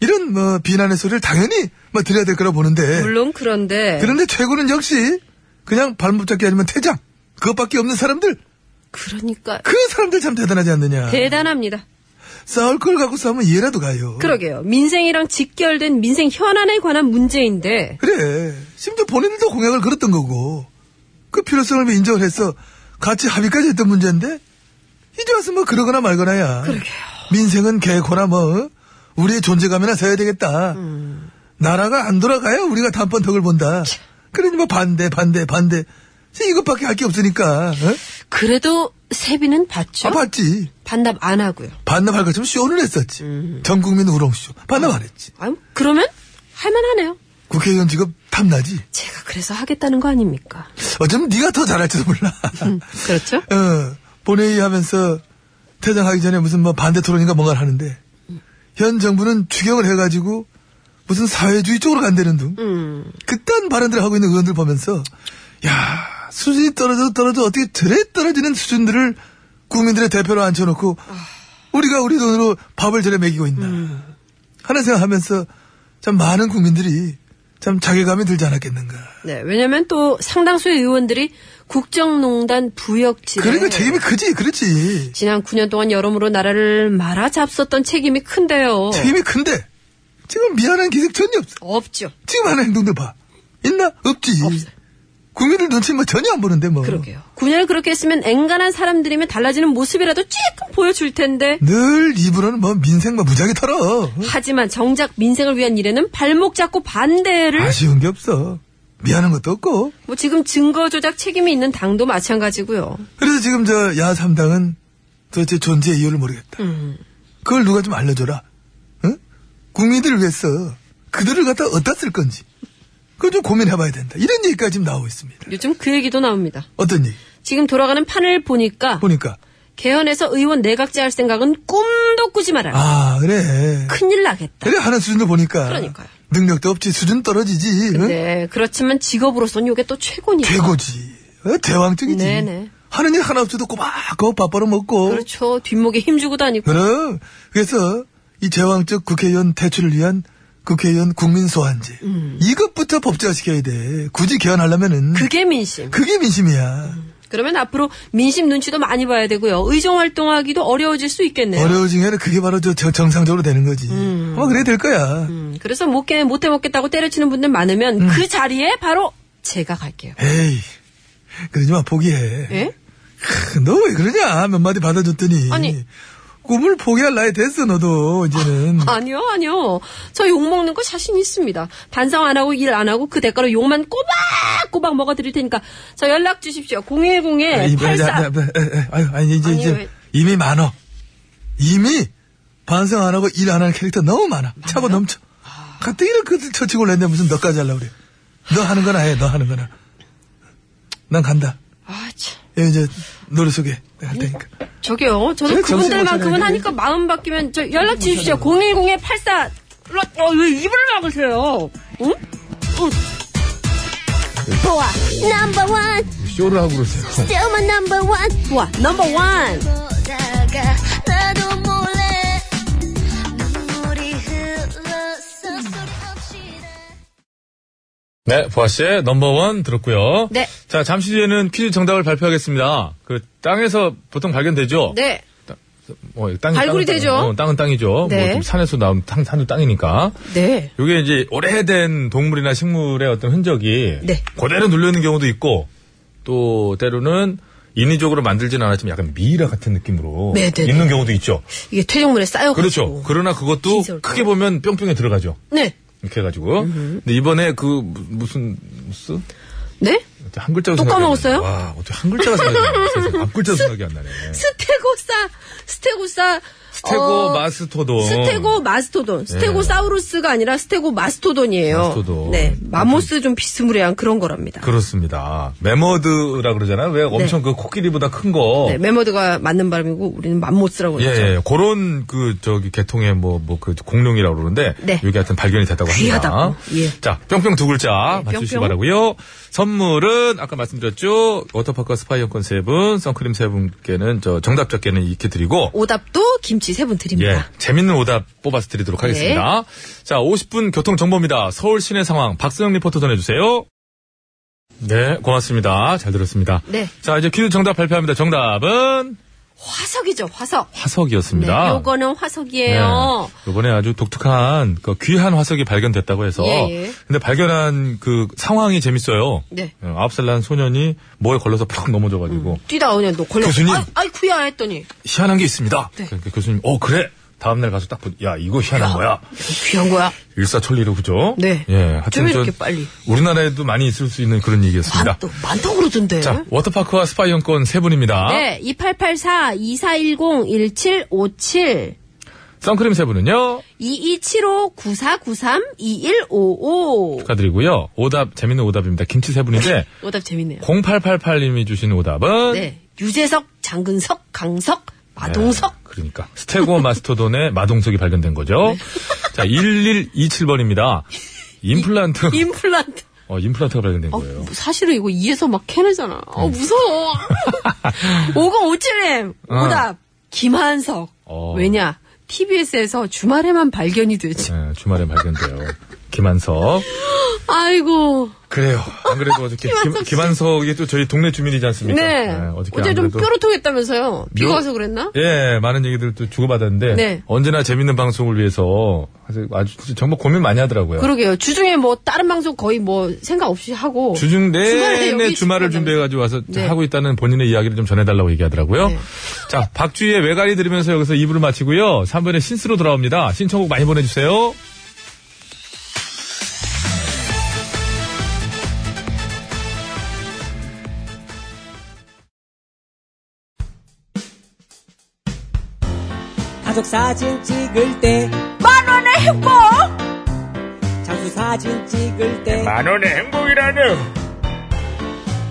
Speaker 12: 이런 뭐 비난의 소리를 당연히 뭐 드려야 될 거라 보는데.
Speaker 2: 물론 그런데
Speaker 12: 그런데 최고는 역시 그냥 발목 잡기 아니면 퇴장. 그것밖에 없는 사람들.
Speaker 2: 그러니까
Speaker 12: 그 사람들 참 대단하지 않느냐.
Speaker 2: 대단합니다.
Speaker 12: 싸울 걸 갖고 싸우면 이해라도 가요.
Speaker 2: 그러게요. 민생이랑 직결된 민생 현안에 관한 문제인데
Speaker 12: 그래. 심지어 본인들도 공약을 걸었던 거고. 그 필요성을 인정을 해서 같이 합의까지 했던 문제인데, 이제 와서 뭐 그러거나 말거나야.
Speaker 2: 그러게요.
Speaker 12: 민생은 개코나 뭐, 우리의 존재감이나 서야 되겠다.
Speaker 2: 음.
Speaker 12: 나라가 안 돌아가야 우리가 단번 덕을 본다. 그러니 뭐 반대, 반대, 반대. 이것밖에 할 게 없으니까. 어?
Speaker 2: 그래도 세비는 받죠.
Speaker 12: 아, 봤지.
Speaker 2: 반납 안 하고요.
Speaker 12: 반납할 것처럼 쇼는 했었지.
Speaker 2: 음.
Speaker 12: 전 국민 우롱쇼. 반납 안 했지.
Speaker 2: 아유, 그러면 할만하네요.
Speaker 12: 국회의원 직업 탐나지.
Speaker 2: 제가 그래서 하겠다는 거 아닙니까?
Speaker 12: 어쩌면 네가 더 잘할지도 몰라.
Speaker 2: 그렇죠?
Speaker 12: 어, 본회의 하면서 퇴장하기 전에 무슨 뭐 반대 토론인가 뭔가를 하는데, 현 정부는 추경을 해가지고 무슨 사회주의 쪽으로 간다는 둥, 그딴 발언들을 하고 있는 의원들 보면서, 야 수준이 떨어져 떨어져 어떻게 저래 떨어지는 수준들을 국민들의 대표로 앉혀놓고, 우리가 우리 돈으로 밥을 저래 먹이고 있나. 하는 생각하면서 참 많은 국민들이 참 자괴감이 들지 않았겠는가.
Speaker 2: 네, 왜냐면 또 상당수의 의원들이 국정농단 부역질에
Speaker 12: 그러니까 책임이 크지, 그렇지.
Speaker 2: 지난 9년 동안 여러모로 나라를 말아 잡섰던 책임이 큰데요.
Speaker 12: 책임이 큰데 지금 미안한 기색 전혀 없어.
Speaker 2: 없죠.
Speaker 12: 지금 하는 행동들 봐. 있나? 없지. 국민들 눈치 뭐 전혀 안 보는데 뭐.
Speaker 2: 그러게요. 9년을 그렇게 했으면 앵간한 사람들이면 달라지는 모습이라도 조금 보여줄 텐데.
Speaker 12: 늘 입으로는 뭐 민생 뭐 무지하게 털어.
Speaker 2: 하지만 정작 민생을 위한 일에는 발목 잡고 반대를
Speaker 12: 아쉬운 게 없어. 미안한 것도 없고.
Speaker 2: 뭐 지금 증거 조작 책임이 있는 당도 마찬가지고요.
Speaker 12: 그래서 지금 저 야삼당은 도대체 존재의 이유를 모르겠다.
Speaker 2: 음.
Speaker 12: 그걸 누가 좀 알려줘라. 응? 국민들을 위해서 그들을 갖다 어디다 쓸 건지. 그걸 좀 고민해봐야 된다. 이런 얘기까지 지금 나오고 있습니다.
Speaker 2: 요즘 그 얘기도 나옵니다.
Speaker 12: 어떤 얘기?
Speaker 2: 지금 돌아가는 판을 보니까
Speaker 12: 보니까.
Speaker 2: 개헌에서 의원 내각제 할 생각은 꿈도 꾸지 말아라.
Speaker 12: 아, 그래.
Speaker 2: 큰일 나겠다.
Speaker 12: 그래 하는 수준도 보니까
Speaker 2: 그러니까요.
Speaker 12: 능력도 없지 수준 떨어지지 응?
Speaker 2: 네, 그렇지만 직업으로선 요게 또 최고니까.
Speaker 12: 최고지 어? 대왕적이지
Speaker 2: 네네.
Speaker 12: 하는 일 하나 없어도 꼬박꼬박 밥벌어 먹고
Speaker 2: 그렇죠. 뒷목에 힘주고 다니고.
Speaker 12: 그럼 그래서 이 제왕적 국회의원 퇴출을 위한 국회의원 국민소환제 이것부터 법제화시켜야 돼 굳이 개헌하려면은
Speaker 2: 음. 그게 음. 민심.
Speaker 12: 그게 민심이야
Speaker 2: 그러면 앞으로 민심 눈치도 많이 봐야 되고요. 의정 활동하기도 어려워질 수 있겠네요.
Speaker 12: 어려워진 게 아니라 그게 바로 저, 저 정상적으로 되는 거지 아마 그래야 될 거야
Speaker 2: 음, 그래서 못해 못해 먹겠다고 때려치는 분들 많으면
Speaker 12: 음.
Speaker 2: 그 자리에 바로 제가 갈게요.
Speaker 12: 에이 그러지 마 포기해
Speaker 2: 예?
Speaker 12: 너 왜 그러냐? 몇 마디 받아줬더니.
Speaker 2: 아니.
Speaker 12: 꿈을 포기할 나이 됐어, 너도, 이제는.
Speaker 2: 아니요, 아니요. 저 욕 먹는 거 자신 있습니다. 반성 안 하고 일 안 하고 그 대가로 욕만 꼬박꼬박 먹어 드릴 테니까 저 연락 주십시오. 010에
Speaker 12: 아니,
Speaker 2: 84
Speaker 12: 아유, 아니, 이제,
Speaker 2: 아니,
Speaker 12: 이제,
Speaker 2: 왜-
Speaker 12: 이미 많어. 이미 반성 안 하고 일 안 하는 캐릭터 너무 많아. 차고 넘쳐. 가뜩이나 그들 처치고 올랬는데 무슨 너까지 하려고 그래. 너 하는 거나 해, 너 하는 거나. 난 간다.
Speaker 2: 아, 참.
Speaker 12: 여기 이제, 노래 소개. 내가 할 테니까.
Speaker 2: 저기요.
Speaker 12: 왜
Speaker 2: 저도
Speaker 12: 정신
Speaker 2: 그분들만큼은
Speaker 12: 차려야
Speaker 2: 하니까 마음 바뀌면 저 연락 주십시오. 010에 84 어, 왜 입을 막으세요? 응?
Speaker 13: 보아 넘버 원
Speaker 4: 쇼를 하고 그러세요.
Speaker 13: still my number one
Speaker 2: 와, 넘버 원.
Speaker 13: 보다가 나도 몰래 눈물이 흘렀어 소리 없이 나
Speaker 4: 네, 보아 씨의 넘버원 들었고요.
Speaker 2: 네.
Speaker 4: 자, 잠시 뒤에는 퀴즈 정답을 발표하겠습니다. 그 땅에서 보통 발견되죠?
Speaker 2: 네.
Speaker 4: 어, 땅이
Speaker 2: 발굴이
Speaker 4: 땅은
Speaker 2: 되죠.
Speaker 4: 땅, 어, 땅은 땅이죠.
Speaker 2: 네.
Speaker 4: 뭐좀 산에서 나온 땅, 산도 땅이니까.
Speaker 2: 네.
Speaker 4: 요게 이제 오래된 동물이나 식물의 어떤 흔적이
Speaker 2: 네.
Speaker 4: 그대로 눌려 있는 경우도 있고 또 때로는 인위적으로 만들진 않았지만 약간 미이라 같은 느낌으로
Speaker 2: 네네네.
Speaker 4: 있는 경우도 있죠.
Speaker 2: 이게 퇴적물에 쌓여.
Speaker 4: 그렇죠. 그러나 그것도 크게 보면 뿅뿅에 들어가죠.
Speaker 2: 네.
Speaker 4: 이렇게 해가지고. 근데 이번에 그 무- 무슨 무슨
Speaker 2: 네?
Speaker 4: 한 글자가
Speaker 2: 또
Speaker 4: 생각이 안
Speaker 2: 까먹었어요? 어,
Speaker 4: 나네. 와 어떻게 한 글자가 생각이 안 나네. 세상에. 앞 글자 생각이 안 나네.
Speaker 2: 스테고사, 스테고사.
Speaker 4: 스테고
Speaker 2: 어,
Speaker 4: 마스토돈. 네.
Speaker 2: 스테고 마스토돈. 스테고사우루스가 아니라 스테고 마스토돈이에요.
Speaker 4: 마스토돈.
Speaker 2: 네. 마모스 좀 비스무리한 그런 거랍니다.
Speaker 4: 그렇습니다. 메머드라 그러잖아요. 왜 엄청 그 코끼리보다 큰 거.
Speaker 2: 네, 메모드가 맞는 발음이고 우리는 맘모스라고
Speaker 4: 예,
Speaker 2: 그러죠.
Speaker 4: 예, 그런 그 저기 계통의 뭐 뭐 그 공룡이라고 그러는데
Speaker 2: 네.
Speaker 4: 여기 하여튼 발견이 됐다고 합니다.
Speaker 2: 귀하다고. 예. 네,
Speaker 4: 자, 뿅뿅 두 글자 맞추시기
Speaker 2: 뿅뿅.
Speaker 4: 바라고요. 선물은 아까 말씀드렸죠. 워터파크와 스파이어권 세 분, 선크림 세 분께는 저 정답자 께는 이렇게 드리고
Speaker 2: 오답도 김치 세 분 드립니다.
Speaker 4: 예, 재밌는 오답 뽑아서 드리도록
Speaker 2: 네.
Speaker 4: 하겠습니다. 자, 50분 교통 정보입니다. 서울 시내 상황 박수영 리포터 전해주세요. 네, 고맙습니다. 잘 들었습니다.
Speaker 2: 네.
Speaker 4: 자, 이제 퀴즈 정답 발표합니다. 정답은
Speaker 2: 화석이죠, 화석.
Speaker 4: 화석이었습니다.
Speaker 2: 네, 요거는 화석이에요.
Speaker 4: 이번에 아주 독특한 그 귀한 화석이 발견됐다고 해서
Speaker 2: 예, 예.
Speaker 4: 근데 발견한 그 상황이 재밌어요.
Speaker 2: 네.
Speaker 4: 어, 아홉 살 난 소년이 뭐에 걸려서 팍 넘어져가지고
Speaker 2: 음, 뛰다 그냥 너 걸려.
Speaker 4: 교수님.
Speaker 2: 네. 아이, 아이 구야 했더니
Speaker 4: 희한한 게 있습니다.
Speaker 2: 네.
Speaker 4: 그러니까 교수님, 어 그래. 다음날 가서 딱 보니 야 이거 희한한 거야.
Speaker 2: 귀한 거야.
Speaker 4: 일사천리로 그죠?
Speaker 2: 네.
Speaker 4: 예. 하여튼
Speaker 2: 좀 이렇게
Speaker 4: 저
Speaker 2: 빨리.
Speaker 4: 우리나라에도 많이 있을 수 있는 그런 얘기였습니다.
Speaker 2: 많다고 그러던데.
Speaker 4: 자, 워터파크와 스파이용권 세 분입니다.
Speaker 2: 네, 2884 2410 1757
Speaker 4: 선크림 세 분은요.
Speaker 2: 2275 9493 2155
Speaker 4: 축하드리고요. 오답 재밌는 오답입니다. 김치 세 분인데
Speaker 2: 오답 재밌네요.
Speaker 4: 0888님이 주신 오답은
Speaker 2: 네. 유재석, 장근석, 강석, 마동석.
Speaker 4: 아, 그러니까 스테고 마스토돈의 마동석이 발견된 거죠.
Speaker 2: 네.
Speaker 4: 자, 1127번입니다. 임플란트.
Speaker 2: 임플란트. 뭐
Speaker 4: 어, 임플란트가 발견된 거예요. 음.
Speaker 2: 사실은 이거 이에서 막 캐내잖아. 어, 무서워. 5057님,
Speaker 4: 어.
Speaker 2: 오답. 김한석.
Speaker 4: 어.
Speaker 2: 왜냐? TBS에서 주말에만 발견이 되지.
Speaker 4: 네, 주말에 발견돼요. 김한석.
Speaker 2: 아이고.
Speaker 4: 그래요. 안 그래도 어저께
Speaker 2: 김한석
Speaker 4: 김,
Speaker 2: 씨.
Speaker 4: 김한석이 또 저희 그러니까. 동네 주민이지 않습니까?
Speaker 2: 네.
Speaker 4: 어저께
Speaker 2: 어제
Speaker 4: 안
Speaker 2: 좀
Speaker 4: 그래도-
Speaker 2: 뾰루통했다면서요. 비가
Speaker 4: 묘-
Speaker 2: 와서 그랬나?
Speaker 4: 예, 많은 얘기들을 또 주고받았는데
Speaker 2: 네.
Speaker 4: 언제나 재밌는 방송을 위해서 아주 진짜 정말 고민 많이 하더라고요.
Speaker 2: 그러게요. 주중에 뭐 다른 방송 거의 뭐 생각 없이
Speaker 1: 어,
Speaker 2: 하고
Speaker 4: 주중
Speaker 2: 주말에
Speaker 4: 내내
Speaker 2: 여기
Speaker 4: 주말을
Speaker 2: 있었다면서요.
Speaker 4: 준비해가지고 와서
Speaker 2: 네.
Speaker 4: 하고 있다는 본인의 이야기를 좀 전해달라고 얘기하더라고요.
Speaker 1: 네.
Speaker 4: 자, 박주희의 외가리 들으면서 여기서 2부를 마치고요. 3분의 신스로 돌아옵니다. 신청곡 많이 보내주세요.
Speaker 14: 가족 사진 찍을 때
Speaker 15: 만원의 행복
Speaker 14: 장수 사진 찍을 때
Speaker 9: 만원의 행복이라뇨.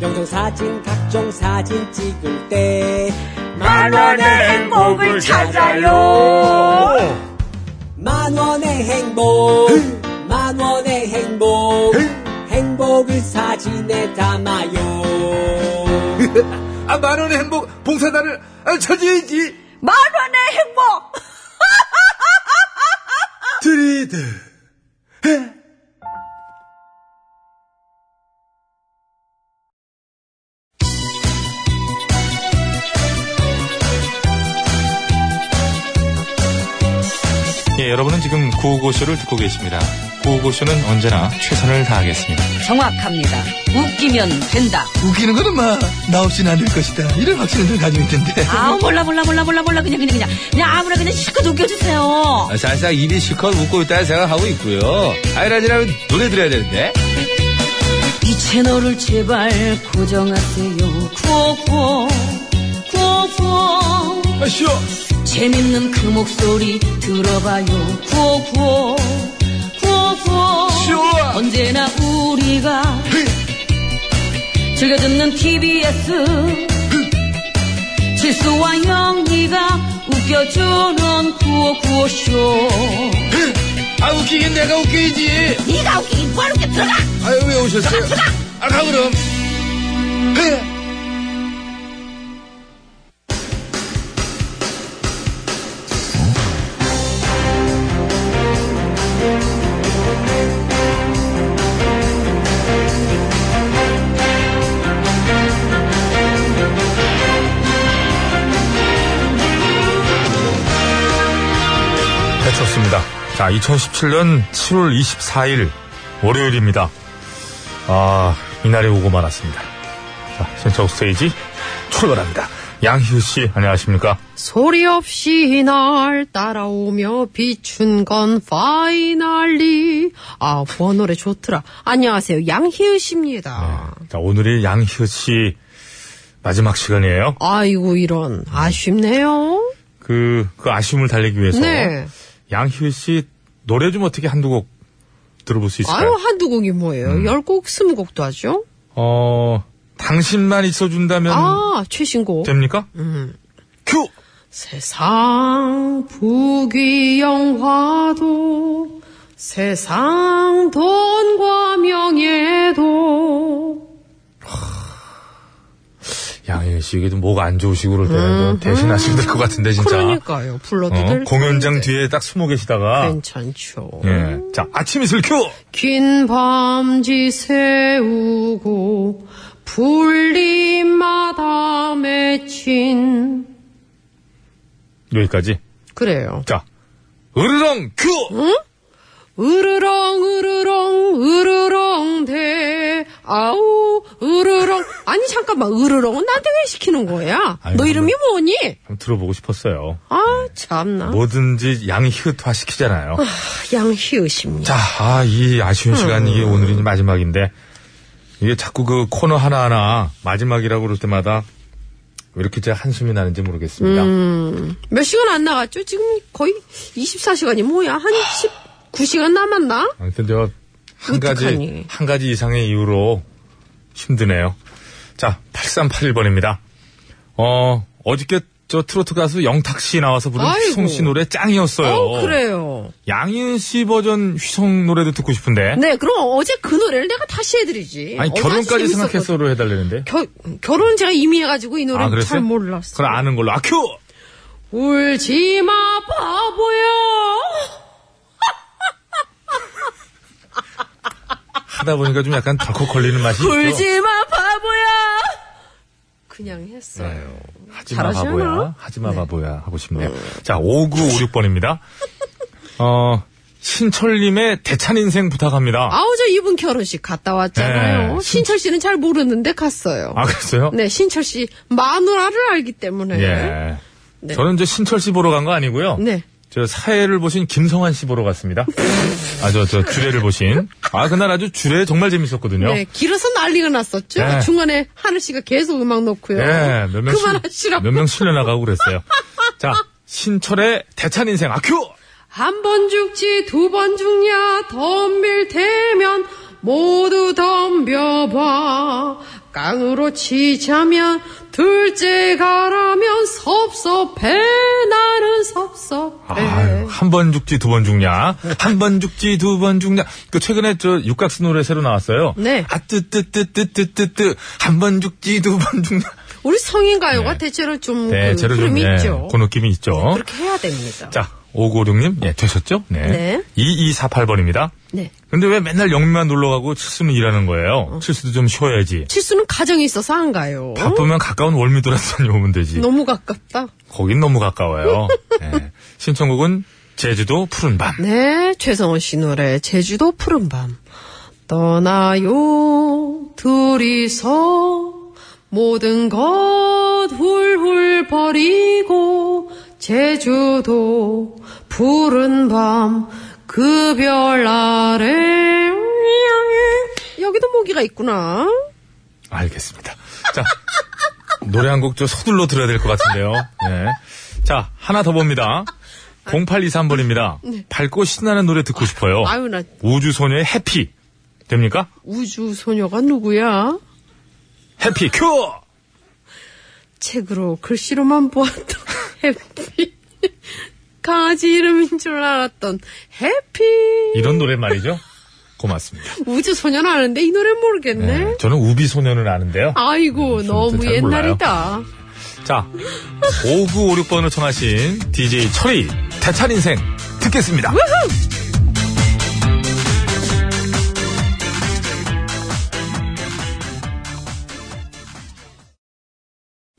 Speaker 14: 영정 사진 각종 사진 찍을 때
Speaker 15: 만원의 행복을 찾아요.
Speaker 14: 만원의 행복 만원의 행복 행복을 사진에 담아요
Speaker 1: 아, 만원의 행복, 봉사단을, 아, 찾아야지.
Speaker 15: 만원의 행복
Speaker 1: 드리드.
Speaker 4: 예, 여러분은 지금 구호고쇼를 듣고 계십니다. 구호고쇼는 언제나 최선을 다하겠습니다.
Speaker 3: 정확합니다. 웃기면 된다.
Speaker 12: 웃기는 건 엄마 나 없이는 안 될 것이다. 이런 확신을 늘 가지고 있던데.
Speaker 3: 아 몰라 몰라 몰라 몰라 몰라 그냥 그냥 그냥 그냥 아무나 그냥 실컷 웃겨주세요.
Speaker 1: 사실상 아, 입이 실컷 웃고 있다는 생각하고 있고요. 아이라지라면 노래 들어야 되는데.
Speaker 3: 이 채널을 제발 고정하세요. 구호구호 구호구호
Speaker 1: 아시오.
Speaker 3: 재밌는 그 목소리 들어봐요. 구호구호 구호구호 언제나 우리가 즐겨 듣는 TBS 실수와 영리가 웃겨주는 구호구호쇼
Speaker 1: 아, 웃기긴 내가 웃겨야지.
Speaker 3: 네가 웃기긴 뭘 웃겨 들어가
Speaker 1: 아유, 왜 오셨어요? 아, 가, 그럼.
Speaker 4: 배쳤습니다. 자, 2017년 7월 24일 월요일입니다. 아, 이날이 오고 말았습니다. 자, 신청 스테이지 출발합니다. 양희우 씨, 안녕하십니까?
Speaker 2: 소리 없이 날 따라오며 비춘 건 파이널리. 아, 뭐 노래 좋더라. 안녕하세요. 양희은 씨입니다.
Speaker 4: 아, 자, 오늘이 양희우 씨 마지막 시간이에요.
Speaker 2: 아이고, 이런. 아쉽네요.
Speaker 4: 그, 그 아쉬움을 달래기 위해서.
Speaker 2: 네.
Speaker 4: 양희우 씨 노래 좀 어떻게 한두 곡 들어볼 수 있을까요?
Speaker 2: 아유, 한두 곡이 뭐예요?
Speaker 4: 음.
Speaker 2: 열 곡, 스무 곡도 하죠?
Speaker 4: 어, 당신만 있어준다면
Speaker 2: 아, 음. 최신곡.
Speaker 4: 됩니까?
Speaker 2: 큐! 세상 부귀영화도 세상 돈과 명예도
Speaker 4: 양희은 씨, 이게 좀 목 안 좋으시고 그럴 때는
Speaker 2: 음,
Speaker 4: 좀 대신하시면 될 것 같은데, 진짜.
Speaker 2: 그러니까요. 불러도
Speaker 4: 아. 어,
Speaker 2: 될
Speaker 4: 공연장 뒤에 딱 숨어 계시다가.
Speaker 2: 괜찮죠.
Speaker 4: 예. 자, 아침 이슬 큐!
Speaker 2: 긴 밤지 새우고 불림마다 맺힌
Speaker 4: 여기까지.
Speaker 2: 그래요.
Speaker 4: 자, 으르렁 큐!
Speaker 2: 응? 으르렁 으르렁 으르렁 대 아우 으르렁 아니 잠깐만 으르렁은 나한테 왜 시키는 거야?
Speaker 4: 아유,
Speaker 2: 너 이름이 뭐니?
Speaker 4: 한번 들어보고 싶었어요.
Speaker 2: 아 참나.
Speaker 4: 뭐든지 양희흐트화 시키잖아요.
Speaker 2: 아, 양희으십니다.
Speaker 4: 자, 아, 이 아쉬운 시간,
Speaker 2: 음.
Speaker 4: 이게 오늘이 이제 마지막인데, 이게 자꾸 그 코너 하나하나 마지막이라고 그럴 때마다 왜 이렇게 제 한숨이 나는지 모르겠습니다.
Speaker 2: 음몇 시간 안 나갔죠? 지금 거의 24시간이 뭐야? 한 19시간 남았나?
Speaker 4: 아무튼 저, 한 가지,
Speaker 2: 어떡하니.
Speaker 4: 한 가지 이상의 이유로 힘드네요. 자, 8381번입니다. 어, 어저께 저 트로트 가수 영탁 씨 나와서 부른
Speaker 2: 아이고.
Speaker 4: 휘성 씨 노래 짱이었어요.
Speaker 2: 어 그래요.
Speaker 4: 양희은 씨 버전 휘성 노래도 듣고 싶은데.
Speaker 2: 네 그럼 어제 그 노래를 내가 다시 해드리지.
Speaker 4: 아니,
Speaker 2: 어제
Speaker 4: 결혼까지
Speaker 2: 아주 재밌었거든.
Speaker 4: 생각해서로 해달라는데.
Speaker 2: 결, 결혼 제가 이미 해가지고 이 노래
Speaker 4: 아,
Speaker 2: 는
Speaker 4: 그랬어요?
Speaker 2: 잘 몰랐어.
Speaker 4: 그럼 아는 걸로. 아, 큐!
Speaker 2: 울지 마, 바보야!
Speaker 4: 하다 보니까 좀 약간 덜컥 걸리는 맛이 있죠.
Speaker 2: 울지 마, 바보야! 그냥
Speaker 4: 네.
Speaker 2: 했어요.
Speaker 4: 하지마
Speaker 2: 잘하시려나? 네.
Speaker 4: 바보야. 하지마 바보야. 하고 싶네요. 자, 5956번입니다. 어, 신철님의 대찬 인생 부탁합니다.
Speaker 2: 아우, 저 이분 결혼식 갔다 왔잖아요.
Speaker 4: 네, 신-
Speaker 2: 신철 씨는 잘 모르는데 갔어요.
Speaker 4: 아, 그랬어요?
Speaker 2: 네, 신철 씨 마누라를 알기 때문에.
Speaker 4: 예.
Speaker 2: 네.
Speaker 4: 저는 이제 신철 씨 보러 간 거 아니고요.
Speaker 2: 네.
Speaker 4: 저 사회를 보신 김성환 씨 보러 갔습니다. 아, 저, 저, 주례를 보신. 아, 그날 아주 주례 정말 재밌었거든요.
Speaker 2: 네, 길어서 난리가 났었죠.
Speaker 4: 네.
Speaker 2: 중간에 하늘 씨가 계속 음악 넣고요.
Speaker 4: 예, 몇명
Speaker 2: 그만하시라고.
Speaker 4: 몇명 실려나가고 그랬어요. 자, 신철의 대찬 인생 아큐!
Speaker 2: 한 번 죽지 두 번 죽냐 덤빌 테면 모두 덤벼봐 깡으로 치자면 둘째 가라면 섭섭해 나는 섭섭해
Speaker 4: 한 번 죽지 두 번 죽냐? 한 번 죽지 두 번 죽냐? 그 최근에 저 육각수 노래 새로 나왔어요.
Speaker 2: 네.
Speaker 4: 아 뜨뜨뜨뜨뜨뜨뜨 한 번 죽지 두 번 죽냐?
Speaker 2: 우리 성인 가요가 대체로 어, 좀그
Speaker 4: 네, 제로 좀
Speaker 2: 흐름이
Speaker 4: 예,
Speaker 2: 있죠 어,
Speaker 4: 그 느낌이 있죠.
Speaker 2: 그렇게 해야 됩니다
Speaker 4: 자, 5956님, 예, 되셨죠? 네.
Speaker 2: 네.
Speaker 4: 2248번입니다.
Speaker 2: 네.
Speaker 4: 근데 왜 맨날 영미만 놀러 가고 칠수는 일하는 거예요? 칠수도 좀 쉬어야지.
Speaker 2: 칠수는 가정이 있어서 안 가요
Speaker 4: 바쁘면 가까운 월미도라서 오면 되지.
Speaker 2: 너무 가깝다
Speaker 4: 거긴 너무 가까워요. 예. 신청곡은 제주도 푸른 밤.
Speaker 2: 네, 최성원 씨 노래 제주도 푸른 밤. 떠나요 둘이서 모든 것 훌훌 버리고 제주도 푸른 밤 그 별 아래 음, 여기도 모기가 있구나.
Speaker 4: 알겠습니다. 자, 노래 한 곡 좀 서둘러 들어야 될 것 같은데요. 예. 자, 하나 더 봅니다. 0823번입니다.
Speaker 2: 네.
Speaker 4: 밝고 신나는 노래 듣고 싶어요.
Speaker 2: 아유, 나-
Speaker 4: 우주소녀의 해피. 됩니까?
Speaker 2: 우주 소녀가 누구야?
Speaker 4: 해피 큐!
Speaker 2: 책으로 글씨로만 보았던 해피 강아지 이름인 줄 알았던 해피
Speaker 4: 이런 노래 말이죠. 고맙습니다.
Speaker 2: 우주 소녀는 아는데 이 노래 모르겠네.
Speaker 4: 네, 저는 우비소녀는 아는데요.
Speaker 2: 아이고 너무
Speaker 4: 잘 몰라요.
Speaker 2: 옛날이다.
Speaker 4: 자, 5956번을 청하신 DJ 철이 대찬 인생 듣겠습니다.